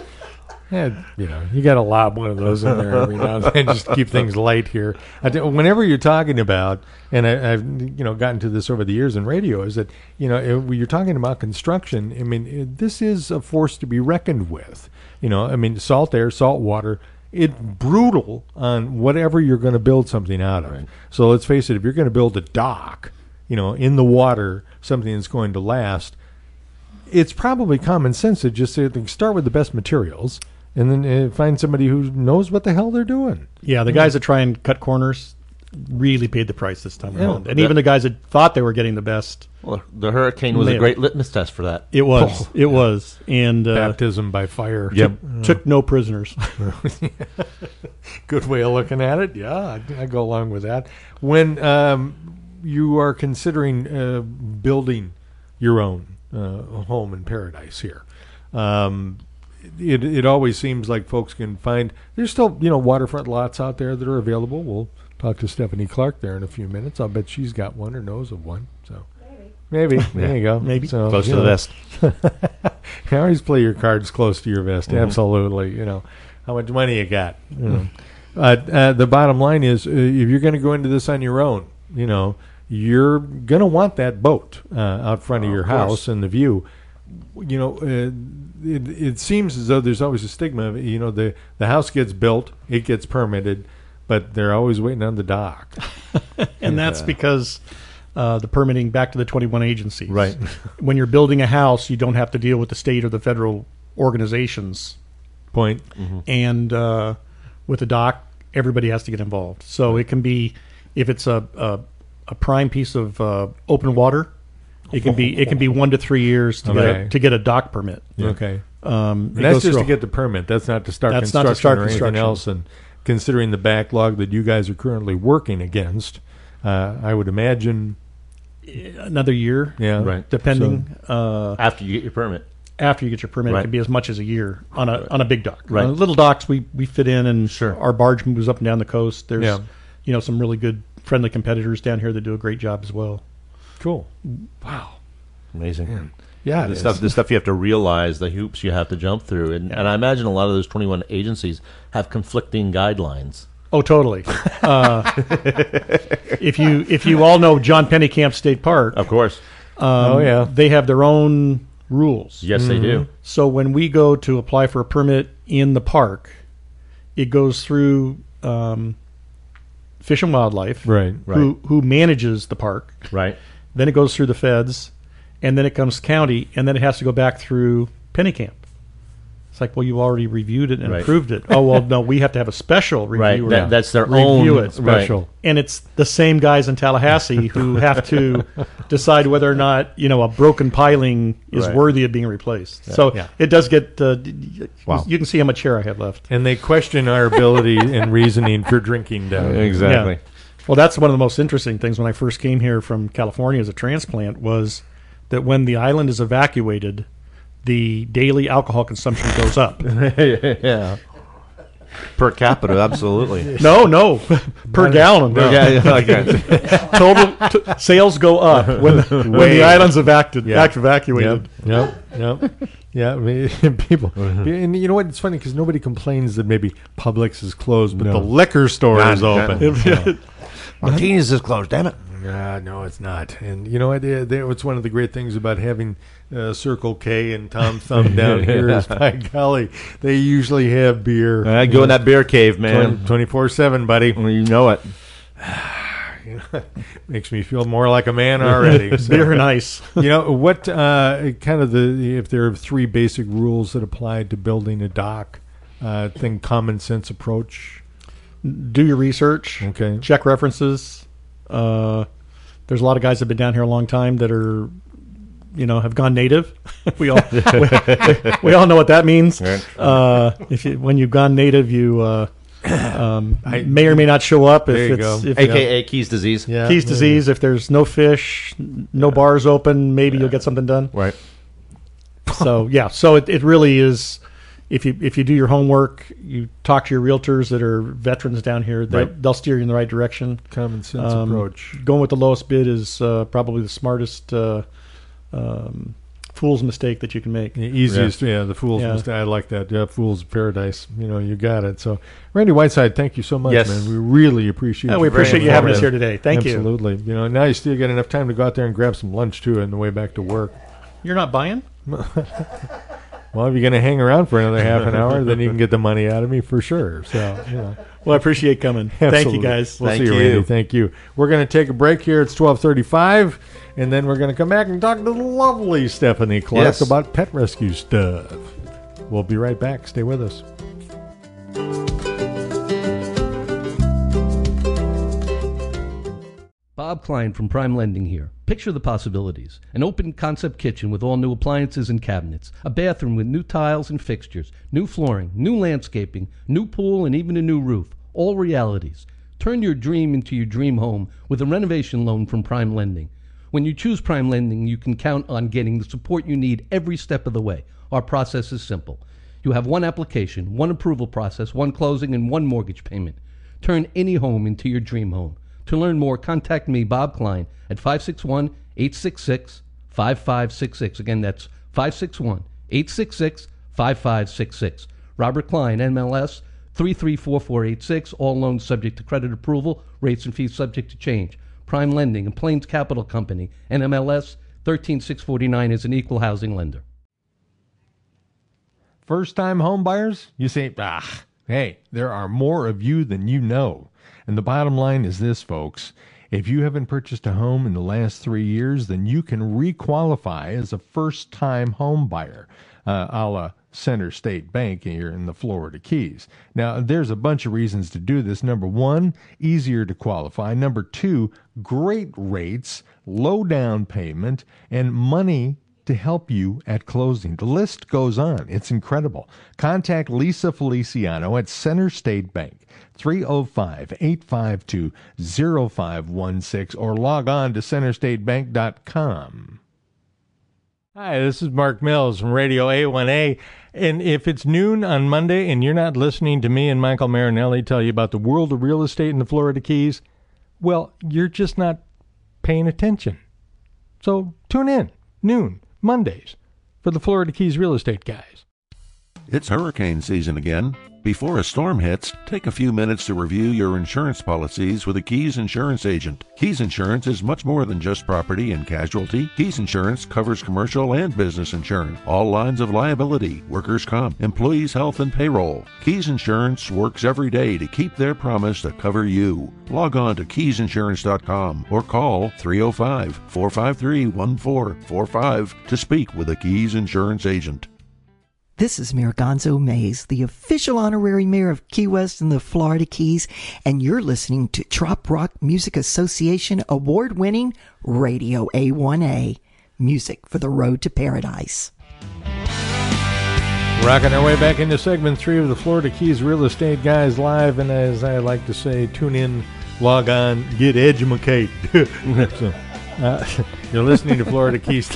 A: Yeah, you know, you got to lob one of those in there every now and then just to keep things light here. I do, whenever you're talking about, and I, I've you know gotten to this over the years in radio, is that you know it, when you're talking about construction. I mean, it, this is a force to be reckoned with. You know, I mean, salt air, salt water. It's brutal on whatever you're going to build something out of. So let's face it: if you're going to build a dock, you know, in the water, something that's going to last, it's probably common sense to just say, like, start with the best materials and then uh, find somebody who knows what the hell they're doing.
C: Yeah, the guys that try and cut corners really paid the price this time
A: Yeah.
C: around. And even the guys that thought they were getting the best,
D: Well, the hurricane was
C: Maybe.
D: a great litmus test for that.
C: it was. it was. And uh,
A: Baptism by fire.
C: took no prisoners.
A: Good way of looking at it. Yeah, I, I go along with that. When um, you are considering uh, building your own uh, home in paradise here, um, it, it always seems like folks can find there's still you know waterfront lots out there that are available. We'll talk to Stephanie Clark there in a few minutes. I'll bet she's got one or knows of one. So maybe, there you go.
C: Maybe.
A: so,
D: Close
A: you
D: to the
A: know.
D: vest.
A: You always play your cards close to your vest. Absolutely. You know, how much money you got. You know. uh, uh, the bottom line is, uh, if you're going to go into this on your own, you know, you're going to want that boat uh, out front of your house and the view. You know, uh, it, it seems as though there's always a stigma. Of, you know, the the house gets built, it gets permitted, but they're always waiting on the dock.
C: and that's because uh, the permitting back to the 21 agencies.
D: Right.
C: when you're building a house, you don't have to deal with the state or the federal organizations.
A: Point.
C: And uh, with a dock, everybody has to get involved. So it can be, if it's a, a, a prime piece of uh, open water, it can be it can be one to three years to, get,
A: Okay.
C: a, to get a dock permit.
A: Okay.
C: Um, it
A: that's
C: goes
A: just
C: through
A: to get the permit. That's not to start
C: That's not
A: construction
C: to
A: or
C: start construction.
A: anything else. And considering the backlog that you guys are currently working against, uh, I would imagine.
C: another year,
A: Yeah.
D: Right.
C: depending uh,
D: After you get your permit.
C: after you get your permit, it
D: Right.
C: can be as much as a year on a on a big dock.
D: Right.
C: On little docks, we we fit in, and
D: Sure.
C: our barge moves up and down the coast. There's,
A: Yeah.
C: you know, some really good friendly competitors down here that do a great job as well.
A: Cool.
D: Amazing.
A: Yeah. it
D: the
A: is.
D: stuff the stuff you have to realize the hoops you have to jump through and, and i imagine a lot of those 21 agencies have conflicting guidelines
C: Oh, totally. Uh, if you if you all know John Pennycamp State Park,
D: of course
A: oh yeah.
C: they have their own rules.
D: yes they do
C: So when we go to apply for a permit in the park, it goes through um, Fish and Wildlife,
A: Right.
C: Who who manages the park,
D: right
C: then it goes through the feds, and then it comes county, and then it has to go back through Pennycamp. It's like, well, you already reviewed it and
D: Right.
C: approved it. Oh well, no, we have to have a special
D: right
C: review.
D: that, that's their
C: review
D: own
C: it.
A: Special.
C: And it's the same guys in Tallahassee who have to decide whether or not you know a broken piling is
D: Right.
C: worthy of being replaced. So
A: Yeah.
C: it does get. Uh, d- d- You can see how much hair I had left.
A: And they question our ability and reasoning for drinking down.
D: exactly
C: Yeah. Well, that's one of the most interesting things when I first came here from California as a transplant was that when the island is evacuated, the daily alcohol consumption goes up.
D: yeah per capita absolutely
C: no, no, per gallon. no.
D: yeah, yeah, okay.
C: Total t- sales go up when the, when the island's evacted, act evacuated.
A: Yep. Yep. Yep. yeah. I mean, people.
D: Uh-huh.
A: And you know what? It's funny because nobody complains that maybe Publix is closed, but the liquor store is open.
D: martinez is closed damn it
A: Uh, no, it's not. And you know what? It, it, it's one of the great things about having uh, Circle K and Tom Thumb down here is, by golly, they usually have beer
D: i go in that beer cave man
A: 24 7, buddy.
D: you know it
A: Makes me feel more like a man already. So,
C: Beer and ice.
A: you know, what uh, kind of the, if there are three basic rules that apply to building a dock, uh, thing, common sense approach.
C: Do your research.
A: Okay.
C: Check references. Uh, there's a lot of guys that have been down here a long time that are, you know, have gone native. we all we, we all know what that means. Uh, if you, when you've gone native, you uh, um, may or may not show up. If
A: There you
C: it's
A: go.
C: If,
D: aka keys disease
A: Yeah.
C: Keys disease. If there's no fish, n- no bars open, maybe you'll get something done.
D: right
C: so yeah, so it, it really is. If you if you do your homework, you talk to your realtors that are veterans down here. They,
D: Right.
C: They'll steer you in the right direction.
A: Common sense
C: Um,
A: approach.
C: Going with the lowest bid is uh, probably the smartest uh, um, fool's mistake that you can make.
A: The easiest, yeah. the fool's
C: Yeah.
A: mistake. I like that. Yeah, fool's paradise. You know, you got it. So, Randy Whiteside, thank you so much,
D: Yes.
A: man. We really appreciate.
C: Yeah,
A: it.
C: we appreciate you having us here today. Thank you.
A: Absolutely. You know, now you still got enough time to go out there and grab some lunch too on the way back to work.
C: You're not buying?
A: Well, if you're going to hang around for another half an hour, then you can get the money out of me for sure. So, you know.
C: Well, I appreciate coming. Thank you,
A: Absolutely.
C: guys.
A: We'll
D: Thank
A: see you,
D: you.
A: Randy. Thank you. We're going to take a break here. It's twelve thirty-five, and then we're going to come back and talk to the lovely Stephanie Clark
D: Yes.
A: about pet rescue stuff. We'll be right back. Stay with us.
I: Bob Klein from Prime Lending here. Picture the possibilities an open concept kitchen with all new appliances and cabinets, a bathroom with new tiles and fixtures, new flooring, new landscaping, new pool, and even a new roof. All realities. Turn your dream into your dream home with a renovation loan from Prime Lending. When you choose Prime Lending, you can count on getting the support you need every step of the way. Our process is simple. You have one application, one approval process, one closing, and one mortgage payment. Turn any home into your dream home. To learn more, contact me, Bob Klein, at 561 866 5566. Again, that's 561 866 5566. Robert Klein, MLS 334486. All loans subject to credit approval, rates and fees subject to change. Prime Lending and Plains Capital Company, NMLS 13649 is an equal housing lender.
A: First time home buyers, you say, ah, hey, there are more of you than you know. And the bottom line is this, folks. If you haven't purchased a home in the last three years, then you can requalify as a first time home buyer, uh, a la Center State Bank here in the Florida Keys. Now, there's a bunch of reasons to do this. Number one, easier to qualify. Number two, great rates, low down payment, and money to help you at closing. The list goes on. It's incredible. Contact Lisa Feliciano at Center State Bank, 305 852 0516, or log on to centerstatebank.com. Hi, this is Mark Mills from Radio A1A. And if it's noon on Monday and you're not listening to me and Michael Marinelli tell you about the world of real estate in the Florida Keys, well, you're just not paying attention. So tune in noon Mondays for the Florida Keys Real Estate Guys.
E: It's hurricane season again. Before a storm hits, take a few minutes to review your insurance policies with a Keys insurance agent. Keys Insurance is much more than just property and casualty. Keys Insurance covers commercial and business insurance, all lines of liability, workers' comp, employees' health, and payroll. Keys Insurance works every day to keep their promise to cover you. Log on to keysinsurance.com or call 305 453 1445 to speak with a Keys Insurance agent.
J: This is Mayor Gonzo Mays, the official honorary mayor of Key West and the Florida Keys, and you're listening to Trop Rock Music Association award winning Radio A1A music for the road to paradise.
A: Rocking our way back into segment three of the Florida Keys Real Estate Guys Live. And as I like to say, tune in, log on, get edumacated. so, uh, you're listening to Florida Keys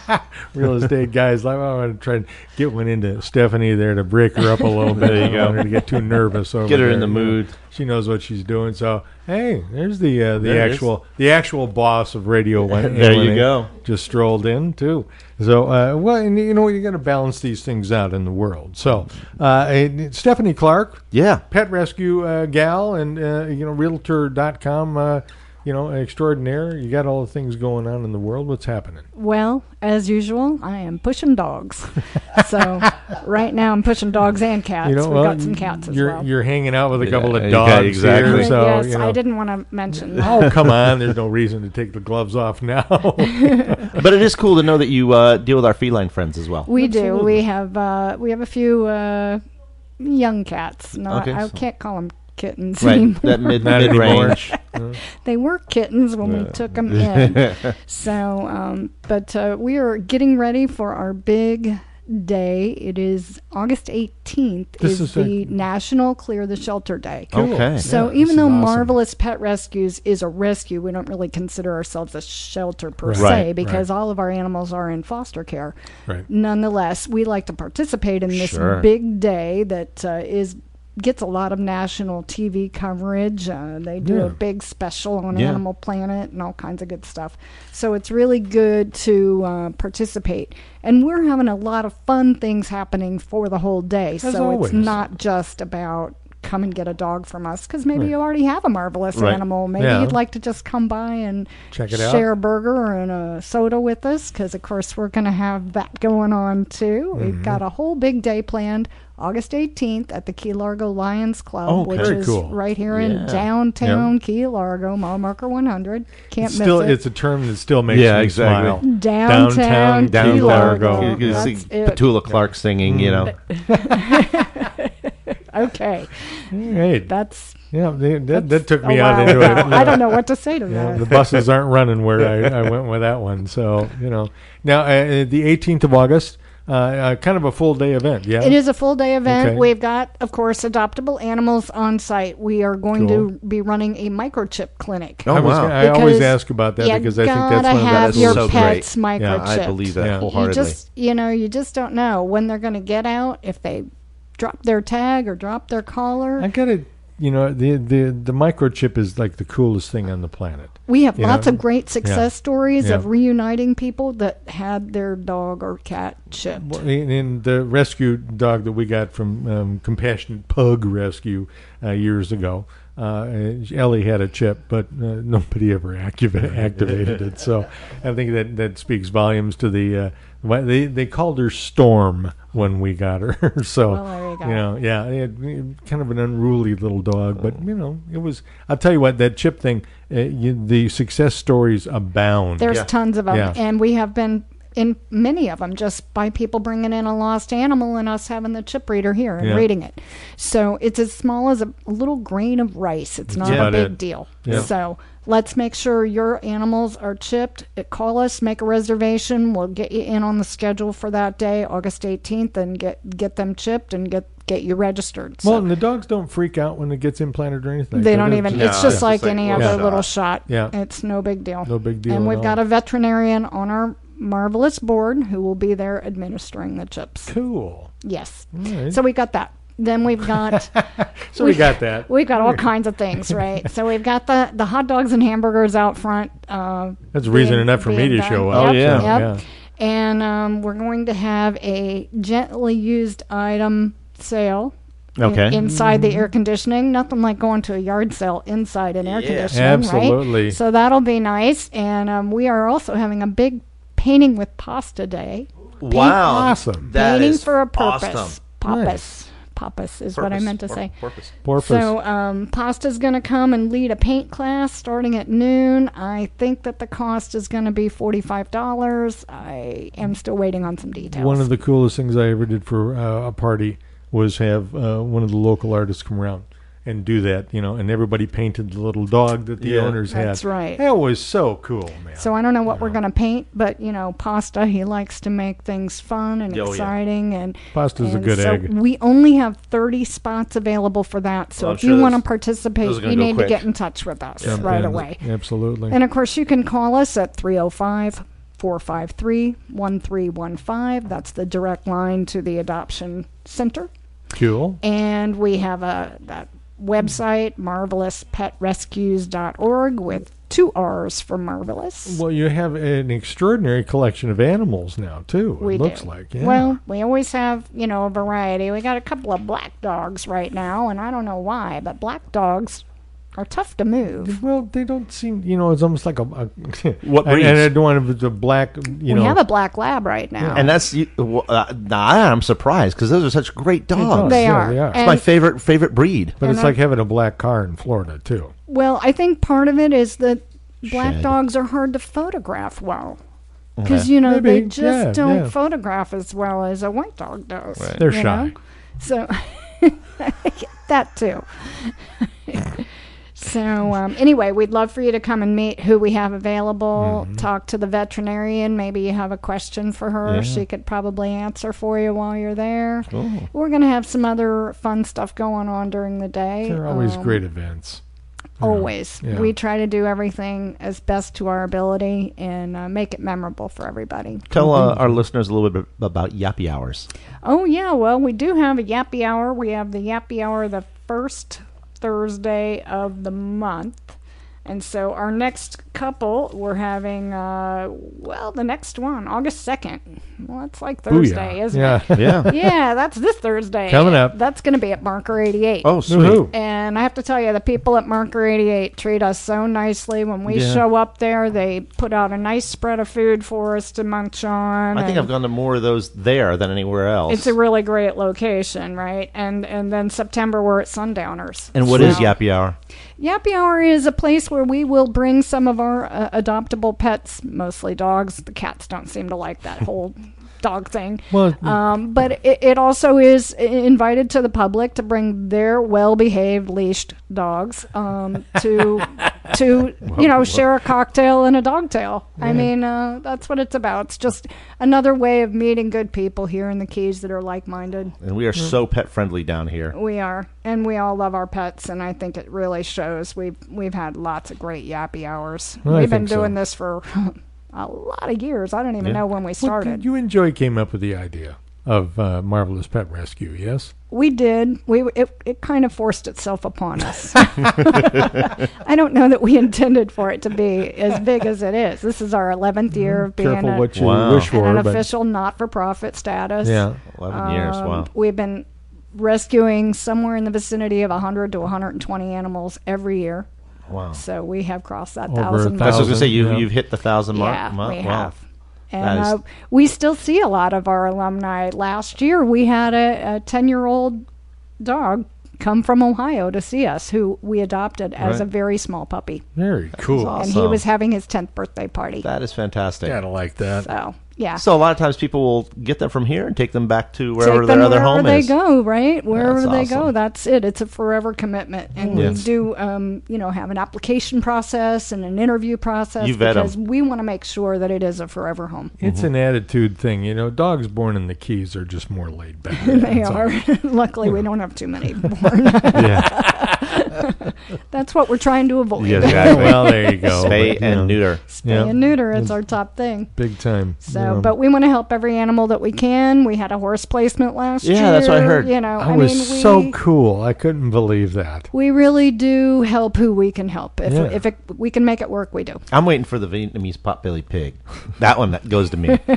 A: Real Estate Guys Live. I want to try and get one into Stephanie there to break her up a little bit.
D: There you
A: I
D: go.
A: want her to get too nervous. Over
D: Get her in
A: there.
D: the mood.
A: She knows what she's doing. So, hey, there's the uh, the
D: There it is.
A: actual the actual boss of Radio One.
D: There you go.
A: Just strolled in too. So, uh, well, and, you know, you got to balance these things out in the world. So, uh, and Stephanie Clark,
D: Yeah.
A: pet rescue uh, gal, and uh, you know, Realtor.com, uh, you know, extraordinaire. You got all the things going on in the world. What's happening?
K: Well, as usual, I am pushing dogs. so right now I'm pushing dogs and cats.
A: you know,
K: We've
A: well,
K: got some cats as
A: you're
K: well.
A: you're hanging out with a couple
D: Yeah,
A: of
D: you got-
A: dogs
D: exactly.
A: here. So,
K: yes,
A: you know.
K: I didn't want to mention that.
A: Oh come on! There's no reason to take the gloves off now.
D: But it is cool to know that you uh, deal with our feline friends as well.
K: We do. We have uh, we have a few uh, young cats. Not
D: Okay,
K: I
D: so-
K: can't call them kittens
D: Right.
K: anymore.
D: That mid
A: Not
D: mid
A: anymore.
D: range.
K: they were kittens when we took them in. so, um, but uh, we are getting ready for our big day. It is August 18th.
A: This
K: is,
A: is a- Oh,
K: the National Clear the Shelter Day.
D: Okay.
K: So
A: Yeah, this
K: even
A: is
K: though
A: awesome.
K: Marvelous Pet Rescues is a rescue, we don't really consider ourselves a shelter per
A: Right.
K: se
D: Right,
K: because all of our animals are in foster care.
A: Right.
K: Nonetheless, we like to participate in this
D: Sure.
K: big day that uh, is gets a lot of national TV coverage. Uh, they do
A: Yeah.
K: a big special on
D: Yeah.
K: Animal Planet and all kinds of good stuff. So it's really good to uh, participate. And we're having a lot of fun things happening for the whole day. so
A: always.
K: it's not just about come and get a dog from us because maybe you already have a marvelous
A: Right.
K: animal. Maybe
A: Yeah.
K: you'd like to just come by and
A: Check it out.
K: share a burger and a soda with us because, of course, we're going to have that going on too. We've
A: Mhm.
K: got a whole big day planned August 18th at the Key Largo Lions Club,
A: Oh,
K: which
A: very
K: is
A: cool.
K: right here
A: Yeah.
K: in downtown Key Largo, mile marker 100. Can't
A: It's
K: miss
A: still,
K: it.
A: it's a term that still makes
D: Yeah,
A: me
D: exactly.
A: smile.
K: Downtown
D: down
K: Key Largo.
D: You can
K: That's
D: see
K: it.
D: Petula Clark singing, you know.
K: okay.
A: Right.
K: That's
A: Yeah, they, that, that took me
K: oh,
A: out
K: wow.
A: into it.
K: Wow.
A: you
K: I
A: know.
K: don't know what to say to
A: Yeah,
K: that.
A: the buses aren't running where I, I went with that one. So, you know. Now, uh, uh, the 18th of August, uh, uh, kind of a full day event, yeah?
K: It is a full day event.
A: Okay.
K: We've got, of course, adoptable animals on site. We are going
A: Cool.
K: to be running a microchip clinic.
A: I, was gonna- I always
K: Because
A: ask about that
K: you
A: because I think that's
K: gotta
A: one of the
K: have
A: absolute-
K: your pets microchipped.
D: Yeah, I believe that
A: Yeah. You
K: You
D: wholeheartedly.
K: just, you know, you just don't know when they're going to get out if they drop their tag or drop their collar.
A: I gotta, you know, the the the microchip is like the coolest thing on the planet.
K: We have
A: You
K: lots
A: know?
K: of great success
A: Yeah.
K: stories
A: Yeah.
K: of reuniting people that had their dog or cat chipped.
A: Well, and, and the rescue dog that we got from um, Compassionate Pug Rescue uh, years ago, uh, and Ellie had a chip, but uh, nobody ever activa- activated it. So I think that, that speaks volumes to the. Uh, why- they they called her Storm when we got her. so
K: Well, there you go.
A: know, yeah, it, it- kind of an unruly little dog, but you know, it was. I'll tell you what, that chip thing. Uh, you, the success stories abound.
K: There's tons of them,
A: Yeah.
K: and we have been in many of them just by people bringing in a lost animal and us having the chip reader here and
A: Yeah.
K: reading it. So it's as small as a little grain of rice. It's not a
A: about
K: big
A: it.
K: deal.
A: Yeah.
K: So let's make sure your animals are chipped. Uh, Call us, make a reservation. We'll get you in on the schedule for that day, August 18th, and get get them chipped and get get you registered. So
A: Well, and the dogs don't freak out when it gets implanted or anything.
K: they don't even. it's just like any
A: little
K: other
A: shot.
K: little shot.
A: Yeah.
K: it's no big deal.
A: No big deal
K: And
A: at
K: we've
A: all.
K: got a veterinarian on our marvelous board who will be there administering the chips.
A: Cool.
K: Yes.
A: All right.
K: So we got that. Then we've got.
A: So we got that.
K: We've got all
A: Weird.
K: kinds of things, right? so we've got the the hot dogs and hamburgers out front. Uh,
A: That's reason enough for me
K: being
A: to
K: done.
A: show up. Oh,
K: Yep,
A: yeah.
K: yep.
A: Yeah.
K: And um, we're going to have a gently used item sale. in-
D: Okay.
K: Inside
A: Mm-hmm.
K: the air conditioning, nothing like going to a yard sale inside an air conditioning, right?
A: Absolutely.
K: So that'll be nice, and um, we are also having a big painting with pasta day. Paint-
D: Wow, Awesome. that
K: painting
D: is
K: for a purpose.
D: awesome.
K: Papas,
D: Nice.
K: papas is what I
D: Purpose,
K: meant to
D: pur-
K: say.
D: purpose.
A: Purpose.
K: So um, Pasta's going to come and lead a paint class starting at noon. I think that the cost is going to be forty-five dollars. I am still waiting on some details.
A: One of the coolest things I ever did for uh, a party was have uh, one of the local artists come around and do that, you know, and everybody painted the little dog that the
D: Yeah.
A: owners had.
K: That's right.
A: That was so cool, man.
K: So I don't know what we're going to paint, but you know, Pasta he likes to make things fun and
A: Oh, yeah.
K: exciting and
A: Pasta's a
K: and
A: good
K: so
A: egg.
K: We only have 30 spots available for that, so
A: Well, I'm
K: if
A: sure
K: you
A: those-
K: want to
A: those
K: participate,
A: are
K: you
A: gonna go
K: need
A: quick.
K: to get in touch with us
A: Yeah,
K: right
A: yeah,
K: away.
A: Absolutely.
K: And of course, you can call us at 305 453 1315. That's the direct line to the adoption center.
A: cool.
K: And we have a that website, marvelouspetrescues.org, with two R's for marvelous.
A: Well, you have an extraordinary collection of animals now, too.
K: We
A: it looks
K: do.
A: like. Yeah.
K: Well, we always have, you know, a variety. We got a couple of black dogs right now, and I don't know why, but black dogs are tough to move.
A: Well, they don't seem, you know, it's almost like a. a
D: What
A: and,
D: breeds?
A: and I don't want to, the black, you
K: we
A: know.
K: have a black lab right now.
D: And that's you- well, uh, nah, I'm surprised because those are such great dogs.
K: They Yeah, are. they are.
D: It's my
K: And-
D: favorite favorite breed.
K: But And it's I- like
A: having a black car in Florida too.
K: well, I think part of it is that black
D: Shed.
K: dogs are hard to photograph well. Because,
D: Okay.
K: you know, they
A: Maybe,
K: just
A: yeah,
K: don't
A: yeah.
K: photograph as well as a white dog does.
A: Right. They're
K: you
A: shy.
K: know? So, that too. So um, anyway, we'd love for you to come and meet who we have available. Talk to the veterinarian. Maybe you have a question for her.
L: Yeah.
K: She could probably answer for you while you're there.
A: Cool.
K: We're gonna have some other fun stuff going on during the day.
A: They're always
K: Um,
A: great events. you know.
K: Always,
A: Yeah.
K: we try to do everything as best to our ability and uh, make it memorable for everybody.
D: Tell uh,
K: Mm-hmm.
D: our listeners a little bit about Yappy Hours.
K: Oh, yeah. Well, we do have a Yappy Hour. We have the Yappy Hour the first Thursday of the month. And so our next couple, we're having, uh, well, the next one, August 2nd. Well, that's like
A: Booyah.
K: Thursday, isn't
A: Yeah.
K: it?
A: Yeah.
K: Yeah, that's this Thursday.
A: Coming up.
K: That's going to be at Marker 88.
A: Oh, sweet. Woohoo.
K: And I have to tell you, the people at Marker 88 treat us so nicely. When we
D: Yeah.
K: show up there, they put out a nice spread of food for us to munch on.
D: I think
K: and-
D: I've gone to more of those there than anywhere else.
K: it's a really great location, right? And and then September we're at Sundowners.
D: and what
K: So-
D: is Yappy Hour?
K: Yappy Hour is a place where we will bring some of our uh, adoptable pets, mostly dogs. The cats don't seem to like that whole dog thing.
A: Well-
K: um, but it, it also is i- invited to the public to bring their well-behaved leashed dogs um, to to you know share a cocktail and a dog tail. I
L: Yeah.
K: mean uh, that's what it's about. It's just another way of meeting good people here in the Keys that are like-minded.
D: And we are so pet friendly down here.
K: We are, and we all love our pets, and I think it really shows. We've we've had lots of great yappy hours.
A: Well, I
K: we've been
A: think so.
K: doing this for a lot of years. I don't even
A: Yeah.
K: know when we started.
A: You and Joy came up with the idea of uh, Marvelous Pet Rescue, yes?
K: we did. We it, it kind of forced itself upon us. I don't know that we intended for it to be as big as it is. This is our eleventh year of being
A: Mm-hmm. Careful
K: a-
A: what you
D: Wow.
A: wish for.
K: and an
A: but-
K: official not-for-profit status.
D: Yeah, 11 years, wow.
K: Um, We've been rescuing somewhere in the vicinity of 100 to 120 animals every year.
D: Wow.
K: So we have crossed that
D: Over a
K: thousand.
D: That's what I was going to say. You,
A: yeah.
D: You've hit the thousand mark.
K: Yeah,
D: Wow.
K: we
D: Wow.
K: have.
D: That
K: And
D: is-
K: uh, we still see a lot of our alumni. Last year, we had a 10 year old dog come from Ohio to see us, who we adopted
D: Right.
K: as a very small puppy.
A: Very
D: cool.
K: And he was having his 10th birthday party.
D: That is fantastic.
A: Gotta like that.
K: So, yeah.
D: So a lot of times people will get them from here and take them back to wherever
K: Take
D: their
K: them
D: other
K: wherever
D: home
K: they
D: is.
K: go, right? Wherever
D: That's
K: they go,
D: awesome.
K: that's it. It's a forever commitment, and
D: Yes.
K: we do, um, you know, have an application process and an interview process
A: You vet 'em.
K: because we want to make sure that it is a forever home.
A: It's
D: Mm-hmm.
A: an attitude thing, you know. Dogs born in the Keys are just more laid back.
K: they
A: That's all.
K: are. Luckily, we don't have too many born. That's what we're trying to avoid.
A: Yes, exactly. Well, there you go.
D: Spay
A: But, you
D: and
A: know.
D: neuter.
K: Spay and neuter, it's our top thing.
A: Big time.
K: So, but we want to help every animal that we can. We had a horse placement last year.
A: yeah, that's what I heard.
K: You know,
A: I,
K: I,
A: was
K: mean,
A: so
K: we,
A: cool. I couldn't believe that.
K: we really do help who we can help. If
D: Yeah.
K: if it, we can make it work, we do.
D: I'm waiting for the Vietnamese potbelly pig. That one that goes to me. Oh,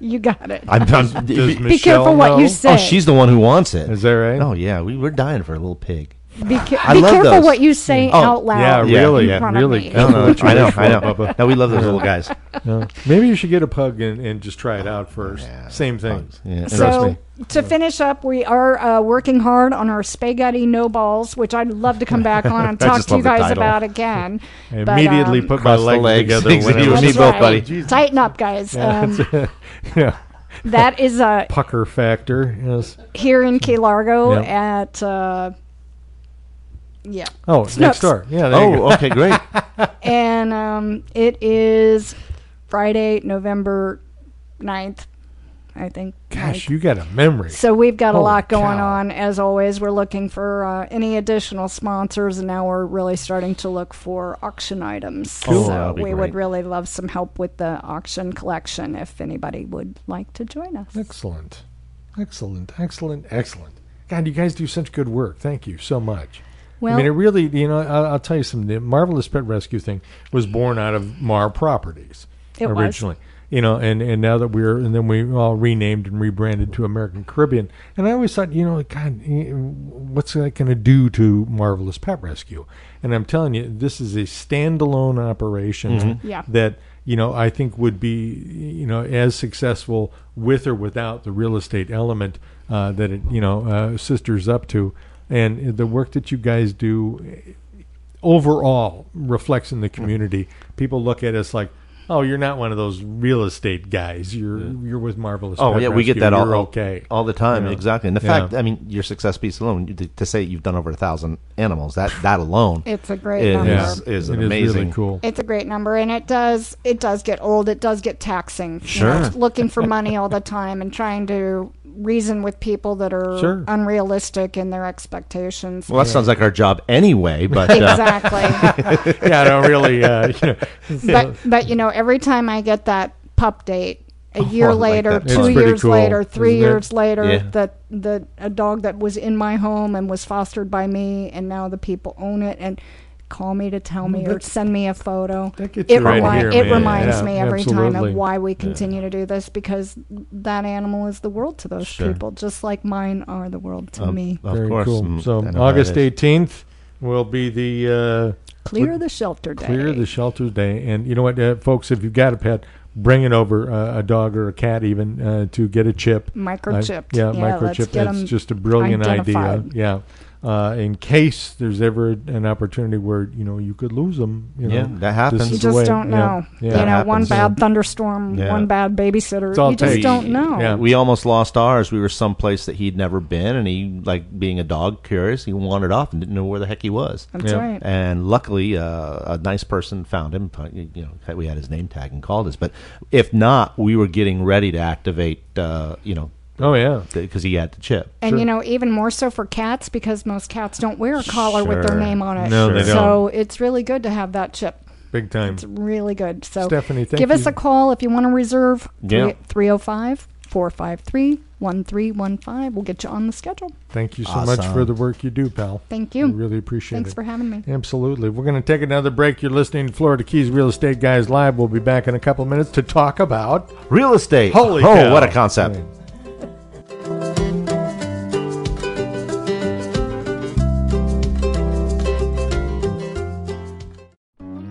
K: you got it.
D: I'm, I'm,
K: Be- be careful what you say.
D: Oh, she's the one who wants it.
A: Is that right?
D: Oh yeah, we were dying for a little pig.
K: Be, ca-
D: I
K: be
D: love
K: careful
D: those.
K: what you say
D: Oh,
K: out loud.
A: Yeah, really,
K: in front of
A: really.
K: me.
D: No, no,
A: What you
D: I know,
A: wish for,
D: I know.
A: Bubba.
D: No, we love those
A: Yeah.
D: little guys.
A: Yeah. Maybe you should get a pug and, and just try it out first. Same thing. Trust
K: So
A: me.
K: to finish up, we are uh, working hard on our spaghetti no balls, which I'd love to come back on and
A: I
K: talk
A: just
K: to you
A: love the
K: guys
A: title.
K: about again.
A: I
K: But,
A: immediately
K: um,
A: put my
D: Cross the
A: legs,
D: legs.
A: together.
D: Exactly.
A: when I
D: You
A: was-
D: and me
K: that's right. Tighten up, guys.
A: Yeah,
K: Um,
A: that's it. yeah.
K: that is uh,
A: Pucker factor. Yes.
K: here in Key Largo
A: Yep.
K: at. Uh, yeah.
A: Oh, it's next door.
K: Snooks.
A: Yeah. There you
D: Oh,
A: go.
D: okay, great.
K: And um, it is Friday, November 9th, I think.
A: Gosh, you got a memory.
K: So we've got a
A: Holy
K: lot going
A: cow.
K: on. As always, we're looking for uh, any additional sponsors, and now we're really starting to look for auction items.
D: Cool. Oh,
K: So
D: That'll
K: we
D: be
K: would
D: great.
K: really love some help with the auction collection if anybody would like to join us.
A: Excellent. Excellent. Excellent. Excellent. God, you guys do such good work. Thank you so much. I
K: Well-
A: mean, it really, you know, I'll, I'll tell you something. The Marvelous Pet Rescue thing was born out of Mar Properties
K: It was.
A: originally. You know, and, and now that we're, and then we all renamed and rebranded to American Caribbean. And I always thought, you know, God, eh, what's that going to do to Marvelous Pet Rescue? And I'm telling you, this is a standalone operation
K: Mhm. Yeah.
A: that you know I think would be you know as successful with or without the real estate element uh, that it you know uh, sisters up to, and the work that you guys do eh, overall reflects in the community. People look at us like. Oh, you're not one of those real estate guys. You're you're with marvelous.
D: Oh
A: Pet
D: yeah, we get
A: Rescue.
D: that all
A: You're okay
D: all the time.
A: You know?
D: Exactly. And the
A: Yeah.
D: fact, I mean, your success piece alone you- to, to say you've done over a thousand animals that that alone
K: It's a great
D: is,
K: number.
D: is,
A: It
D: an
A: is really
D: amazing
A: cool.
K: It's a great number, and it does it does get old. It does get taxing. you know,
D: Sure.
K: it's looking for money all the time and trying to reason with people that are
D: Sure.
K: unrealistic in their expectations.
D: Well, that sounds like our job anyway, but uh,
K: Exactly.
A: yeah, I don't really. Uh, you know,
K: but but you know, every time I get that pup date, a year
A: Oh, I like
K: later,
A: that. It's
K: two
A: pretty
K: years
A: cool,
K: later, three
A: isn't it?
K: years later,
A: Yeah.
K: that that a dog that was in my home and was fostered by me, and now the people own it, and call me to tell me or
A: That's-
K: send me a photo. It,
A: Mm-hmm. gets you right
K: remi-
A: here,
K: it
A: man.
K: reminds
A: Yeah,
K: me every time
A: absolutely.
K: of why we continue to do this because that animal is the world to those
A: Sure.
K: people, just like mine are the world to
A: Um,
K: me.
D: Of course. Mm,
A: So
D: I know how
A: August
D: it
A: 18th will be the uh,
K: Clear
A: what-
K: the shelter day.
A: Clear the shelter day. And you know what, uh, folks, if you've got a pet, bring it over uh, a dog or a cat even uh, to get a chip. Uh,
K: Microchipped.
A: yeah,
K: Yeah,
A: microchip.
K: let's get
A: That's
K: 'em
A: just a brilliant idea.
K: identified.
A: Yeah. Uh, in case there's ever an opportunity where you know you could lose them, you know,
D: Yeah, that happens.
A: this
K: You
A: is the
K: just
A: way.
K: don't
A: Yeah.
K: know.
A: Yeah.
K: You know, one
D: happens.
K: bad thunderstorm,
D: Yeah.
K: one bad babysitter.
A: It's all
K: You just
A: takes.
K: don't know.
A: Yeah.
D: We almost lost ours. We were someplace that he'd never been, and he, like being a dog curious, he wandered off and didn't know where the heck he was.
K: That's Yeah. right.
D: And luckily, uh, a nice person found him. but, You know, we had his name tag and called us. But if not, we were getting ready to activate. Uh, you know.
A: Oh yeah.
D: Because he had the chip.
K: And you know, even more so for cats because most cats don't wear a collar with their
D: Sure.
K: name on it.
A: No, they
K: So it's really good to have that chip.
A: Big time.
K: It's really good. So
A: Stephanie, thank
K: give us
A: you.
K: a call if you want to reserve
A: Yeah.
K: 305 453 1315. We'll get you on the schedule.
A: Thank you so much
D: Awesome.
A: for the work you do, pal.
K: Thank you.
A: We really appreciate
K: Thanks
A: it.
K: for having me.
A: Absolutely. We're going to take another break. You're listening to Florida Keys Real Estate Guys Live. We'll be back in a couple of minutes to talk about
D: real estate.
A: Holy
D: oh,
A: cow.
D: what a concept!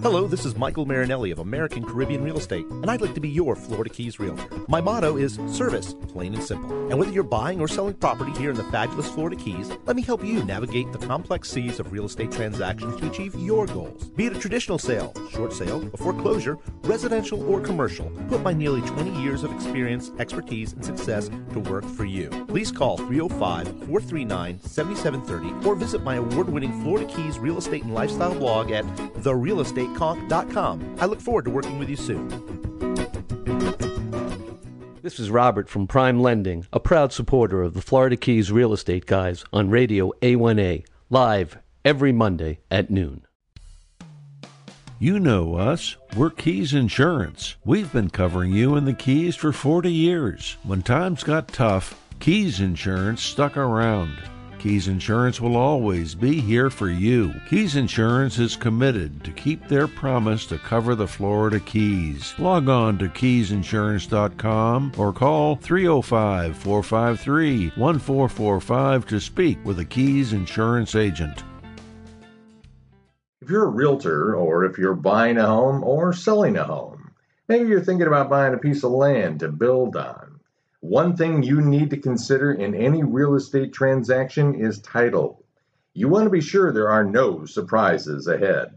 D: Hello, this is Michael Marinelli of American Caribbean Real Estate, and I'd like to be your Florida Keys Realtor. My motto is service, plain and simple. And whether you're buying or selling property here in the fabulous Florida Keys, let me help you navigate the complex seas of real estate transactions to achieve your goals. Be it a traditional sale, short sale, a foreclosure, residential, or commercial, put my nearly 20 years of experience, expertise, and success to work for you. Please call 305 439 7730 or visit my award winning Florida Keys real estate and lifestyle blog at therealestateconk.com. I look forward to working with you soon.
I: This is Robert from Prime Lending, a proud supporter of the Florida Keys Real Estate Guys on Radio A1A, live every Monday at noon.
E: You know us. We're Keys Insurance. We've been covering you and the Keys for 40 years. When times got tough, Keys Insurance stuck around. Keys Insurance will always be here for you. Keys Insurance is committed to keep their promise to cover the Florida Keys. Log on to keysinsurance.com or call 305 453 1445 to speak with a Keys Insurance agent.
F: If you're a realtor or if you're buying a home or selling a home, maybe you're thinking about buying a piece of land to build on. One thing you need to consider in any real estate transaction is title. You want to be sure there are no surprises ahead.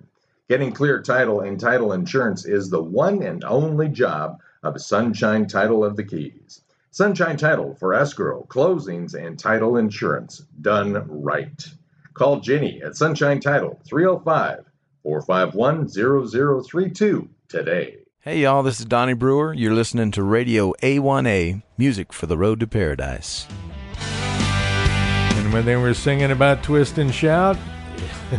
F: Getting clear title and title insurance is the one and only job of Sunshine Title of the Keys. Sunshine Title for escrow, closings, and title insurance done right. Call Ginny at Sunshine Title 305 451 0032 today.
L: Hey y'all, this is Donnie Brewer. You're listening to Radio A1A, music for the road to paradise.
A: And when they were singing about Twist and Shout,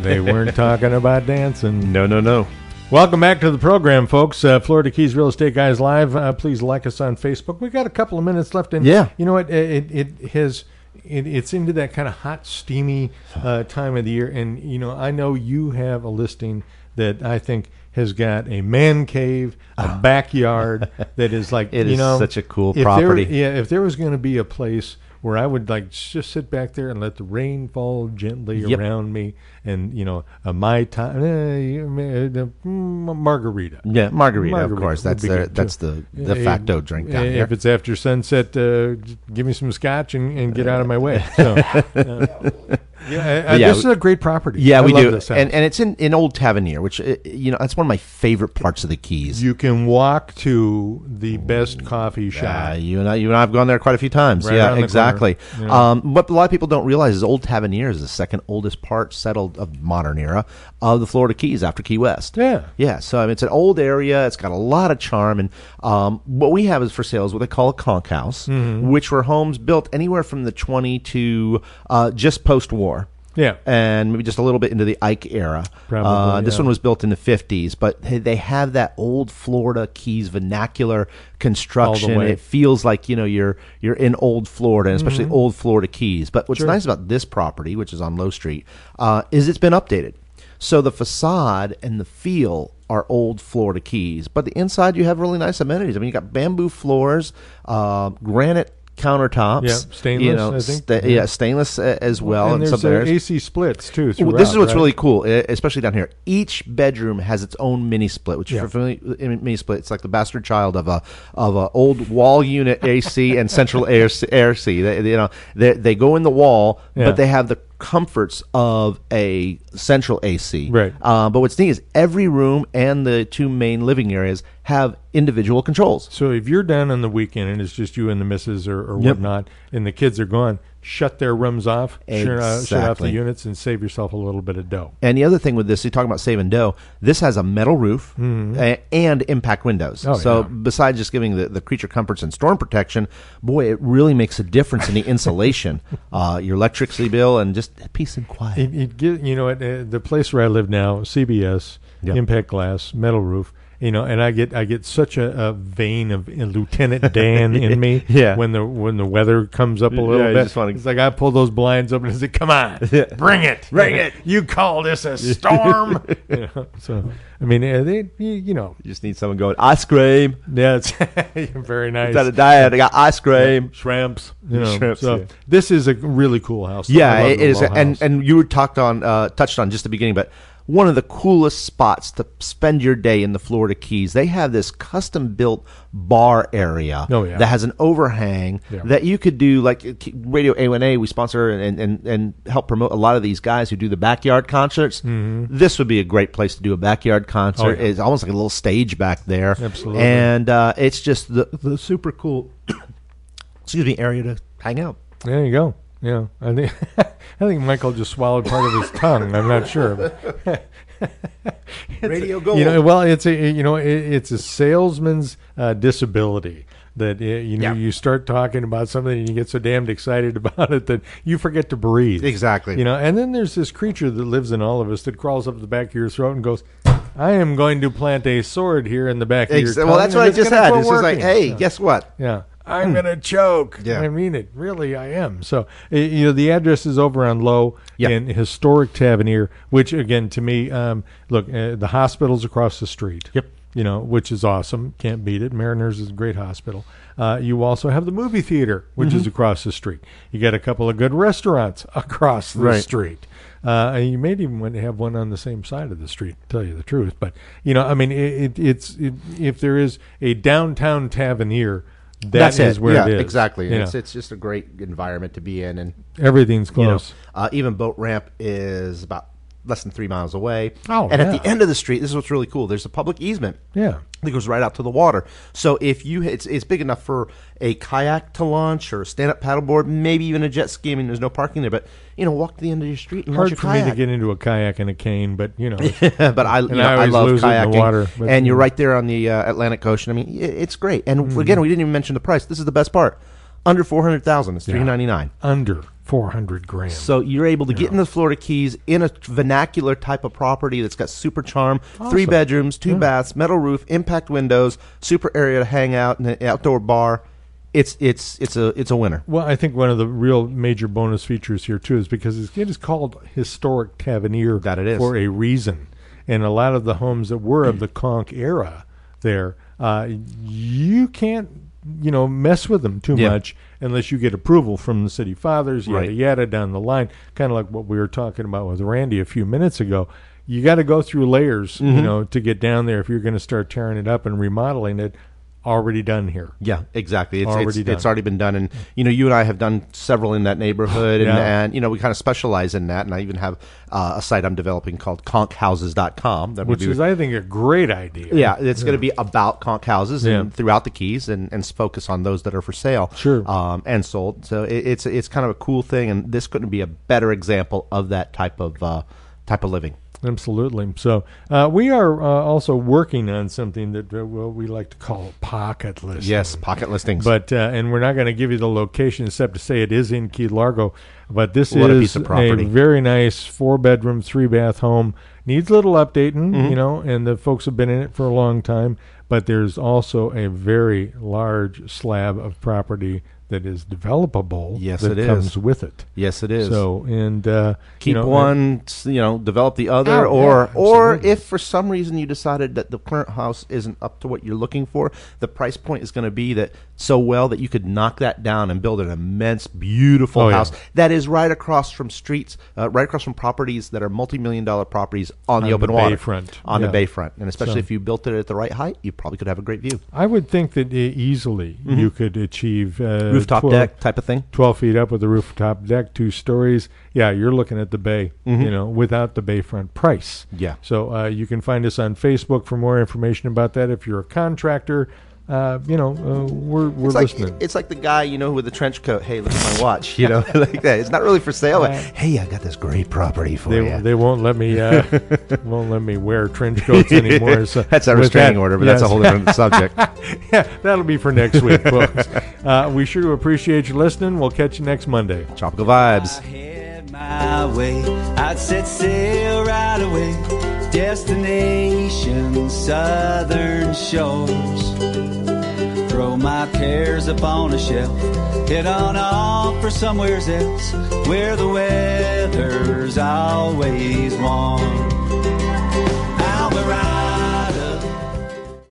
A: they weren't talking about dancing.
D: No, no, no.
A: Welcome back to the program, folks. Uh, Florida Keys Real Estate Guys Live. Uh, please like us on Facebook. we got a couple of minutes left. And
D: Yeah.
A: you know what? It, it, it has. It, it's into that kind of hot, steamy uh, time of the year. And, you know, I know you have a listing that I think has got a man cave, a backyard that is like,
D: Ah. It
A: you
D: is
A: know,
D: such a cool
A: if there-
D: property.
A: yeah, if there was going to be a place where I would like s- just sit back there and let the rain fall gently
D: Yep.
A: around me, and you know, a my time, eh, mm, margarita.
D: Yeah, margarita, of course.
A: would
D: That's
A: be
D: their-
A: good, too.
D: that's the de
A: Eh,
D: facto drink down
A: eh,
D: here.
A: If it's after sunset, uh, j- give me some scotch and, and get out of my way. So, uh, yeah, I- I-
D: But yeah,
A: this is
D: we-
A: a great property.
D: Yeah,
A: I
D: we
A: love
D: do,
A: this house.
D: and and it's in, in Old Tavernier, which uh, you know that's one of my favorite parts of the Keys.
A: you can walk to the best coffee shop.
D: Uh, you and I, you and I have gone there quite a few times.
A: Right around
D: yeah,
A: the
D: exactly.
A: corner. Yeah.
D: Um, what a lot of people don't realize is Old Tavernier is the second oldest part settled of modern era of the Florida Keys after Key West.
A: Yeah,
D: yeah. So I mean, it's an old area. It's got a lot of charm, and um, what we have is for sale is what they call a conch house,
A: Mhm.
D: which were homes built anywhere from the twenty to uh, just post war.
A: Yeah.
D: and maybe just a little bit into the Ike era.
A: Probably,
D: Uh, this
A: yeah.
D: one was built in the 50s, but they- they have that old Florida Keys vernacular construction.
A: way.
D: It feels like you know you're you're in old Florida, and especially
A: Mhm.
D: old Florida Keys. But what's
A: Sure.
D: nice about this property, which is on Low Street, uh, is it's been updated. So the facade and the feel are old Florida Keys, but the inside you have really nice amenities. I mean, you got bamboo floors, uh, granite countertops,
A: Yeah, stainless,
D: You know,
A: I think.
D: sta- yeah. stainless uh, as well.
A: and there's
D: some
A: uh,
D: areas.
A: AC splits too.
D: Well, this is
A: throughout,
D: what's
A: right?
D: really cool, e- especially down here. Each bedroom has its own mini split, which
A: Yeah.
D: for me, mini split, it's like the bastard child of a of a old wall unit AC and central air C- air C. They, they, you know, they, they go in the wall,
A: Yeah.
D: but they have the comforts of a central AC.
A: Right.
D: Uh, but what's neat is every room and the two main living areas have individual controls.
A: So if you're down on the weekend and it's just you and the missus or, or
D: Yep.
A: whatnot, and the kids are gone, shut their rooms off, shut, uh, shut off the
D: Exactly.
A: units, and save yourself a little bit of dough.
D: And the other thing with this, you talk about saving dough. This has a metal roof
A: Mhm.
D: a- and impact windows.
A: Oh,
D: so
A: yeah.
D: besides just giving the, the creature comforts and storm protection, boy, it really makes a difference in the insulation, uh, your electricity bill, and just peace and quiet.
A: It, it gi- you know, at, uh, the place where I live now, CBS,
D: Yeah.
A: impact glass, metal roof. You know, and I get I get such a, a vein of Lieutenant Dan in me
D: Yeah.
A: when the when the weather comes up a
D: Yeah,
A: little
D: you
A: bit.
D: just wanna-
A: It's like I pull those blinds open and say, "Come on, bring it,
D: Bring it.
A: You call this a storm? You know, so I mean, uh, they you you know
D: You just need someone going, ice cream.
A: Yeah, it's very nice.
D: It's on a diet. I got ice cream.
A: Shrimps. You know,
D: Shrimps,
A: so
D: yeah.
A: this is a really cool house. I
D: Yeah,
A: love
D: it
A: the
D: it is,
A: Low
D: and
A: House.
D: and you were talked on uh, touched on just the beginning, but one of the coolest spots to spend your day in the Florida Keys. They have this custom built bar area
A: Oh, yeah.
D: that has an overhang
A: Yeah.
D: that you could do like uh, K- Radio A1A. We sponsor and, and and help promote a lot of these guys who do the backyard concerts.
A: Mhm.
D: This would be a great place to do a backyard concert.
A: Oh, yeah.
D: It's almost like a little stage back there,
A: Absolutely.
D: and uh, it's just the the super cool. excuse me, area to hang out.
A: there you go. Yeah, I think I think Michael just swallowed part of his tongue. I'm not sure. but-
D: Radio
A: You know, well, it's a you know it, it's a salesman's uh, disability that uh, you know you start talking about something and you get so damned excited about it that you forget to breathe.
D: Exactly.
A: You know, and then there's this creature that lives in all of us that crawls up the back of your throat and goes, "I am going to plant a sword here in the back of your
D: Ex- well,
A: tongue,
D: that's
A: and
D: what I
A: it's
D: just
A: gonna
D: had.
A: quit
D: It's just like,
A: working."
D: hey,
A: Yeah.
D: guess what?
A: Yeah. I'm gonna choke.
D: Yeah.
A: I mean it. Really, I am. So i- you know, the address is over on Low in historic Tavernier, which again to me, um, look, uh, the hospital's across the street. Yep. You know, which is awesome. Can't beat it. Mariners is a great hospital. Uh, you also have the movie theater, which is
D: Mhm.
A: across the street. You got a couple of good restaurants across the
D: Right.
A: street. Uh, and you may even want to have one on the same side of the street. To tell you the truth, but you know, I mean, it, it, it's it, if there is a downtown Tavernier, that
D: That's
A: is
D: it.
A: where
D: yeah,
A: it is.
D: Exactly.
A: You
D: It's
A: know.
D: it's just a great environment to be in, and
A: Everything's
D: you know,
A: close.
D: uh, even boat ramp is about less than three miles away.
A: Oh,
D: and
A: yeah.
D: at the end of the street, this is what's really cool. There's a public easement.
A: Yeah.
D: That goes right out to the water. So if you, it's, it's big enough for a kayak to launch or a stand-up paddleboard, maybe even a jet ski. I mean, there's no parking there, but you know, walk to the end of your street and
A: Hard
D: launch your
A: for
D: kayak.
A: me to get into a kayak and a cane, but you know.
D: but I, you
A: and
D: know, I,
A: always
D: love
A: lose it
D: kayaking.
A: in the water. but-
D: and you're right there on the uh, Atlantic Ocean. I mean, i- it's great. And
A: Mhm.
D: again, we didn't even mention the price. This is the best part. Under four hundred thousand, it's
A: Yeah.
D: three ninety nine.
A: under four hundred grand.
D: So you're able to get in the Florida Keys in a vernacular type of property that's got super charm, three
A: Awesome.
D: bedrooms, two
A: Yeah.
D: baths, metal roof, impact windows, super area to hang out, and an outdoor bar. It's it's it's a it's a winner.
A: Well, I think one of the real major bonus features here too is because it's- it is called historic Tavernier that it
D: is.
A: for a reason, and a lot of the homes that were of the conch era there, uh, you can't you know mess with them too
D: Yeah.
A: much unless you get approval from the city fathers, yada
D: Right.
A: yada down the line. Kind of like what we were talking about with Randy a few minutes ago. You got to go through layers, you
D: Mhm.
A: know, to get down there if you're going to start tearing it up and remodeling it. Already done here.
D: Yeah, exactly. It's
A: Already
D: it's,
A: done.
D: it's already been done, and you know, you and I have done several in that neighborhood, and,
A: Yeah.
D: and you know, we kind of specialize in that. And I even have uh, a site I'm developing called conkhouses.com, that would
A: which
D: be-
A: is, I think, a great idea.
D: Yeah, it's going to be about conch houses and
A: Yeah.
D: throughout the Keys, and, and focus on those that are for sale, sure, um, and sold. So it, it's it's kind of a cool thing, and this couldn't be a better example of that type of uh, type of living.
A: Absolutely. So uh, we are uh, also working on something that uh, well, we like to call pocket listing.
D: Yes, pocket listings.
A: But uh, and we're not going to give you the location except to say it is in Key Largo. But this
D: What a
A: is
D: piece of property.
A: very nice four bedroom, three bath home. Needs a little updating,
D: Mm-hmm.
A: you know, and the folks have been in it for a long time. But there's also a very large slab of property that is developable
D: Yes,
A: that
D: it is.
A: comes with it.
D: Yes, it is.
A: So and uh,
D: keep
A: you know,
D: one, s- you know, develop the other,
A: Oh,
D: or
A: yeah,
D: or if for some reason you decided that the current house isn't up to what you're looking for, the price point is going to be that so well that you could knock that down and build an immense, beautiful
A: Oh, yeah.
D: house that is right across from streets, uh, right across from properties that are multi-million dollar properties
A: On
D: on, the open
A: the
D: water,
A: bayfront,
D: on
A: yeah.
D: the bayfront, and especially
A: So-
D: if you built it at the right height, you probably could have a great view.
A: I would think that e- easily
D: Mhm.
A: you could achieve uh,
D: Rooftop deck type of thing?
A: twelve feet up with a rooftop deck, two stories. Yeah, you're looking at the bay,
D: Mhm.
A: you know, without the bayfront price.
D: Yeah.
A: So uh, you can find us on Facebook for more information about that. If you're a contractor, uh, you know, uh, we're we're
D: it's like
A: listening.
D: it's like the guy you know with the trench coat. Hey, look at my watch. You know, like that. It's not really for sale. but, hey, I got this great property for
A: they,
D: you.
A: they won't let me uh, won't let me wear trench coats anymore. So
D: That's a
A: with
D: restraining order, but that's a whole different subject.
A: yeah, that'll be for next week, folks. Uh, we sure do appreciate you listening. We'll catch you next Monday.
D: Tropical vibes.
M: my way. I'd set sail right away. Destination southern shores. Throw my cares upon a shelf. Head on off for somewheres else where the weather's always warm.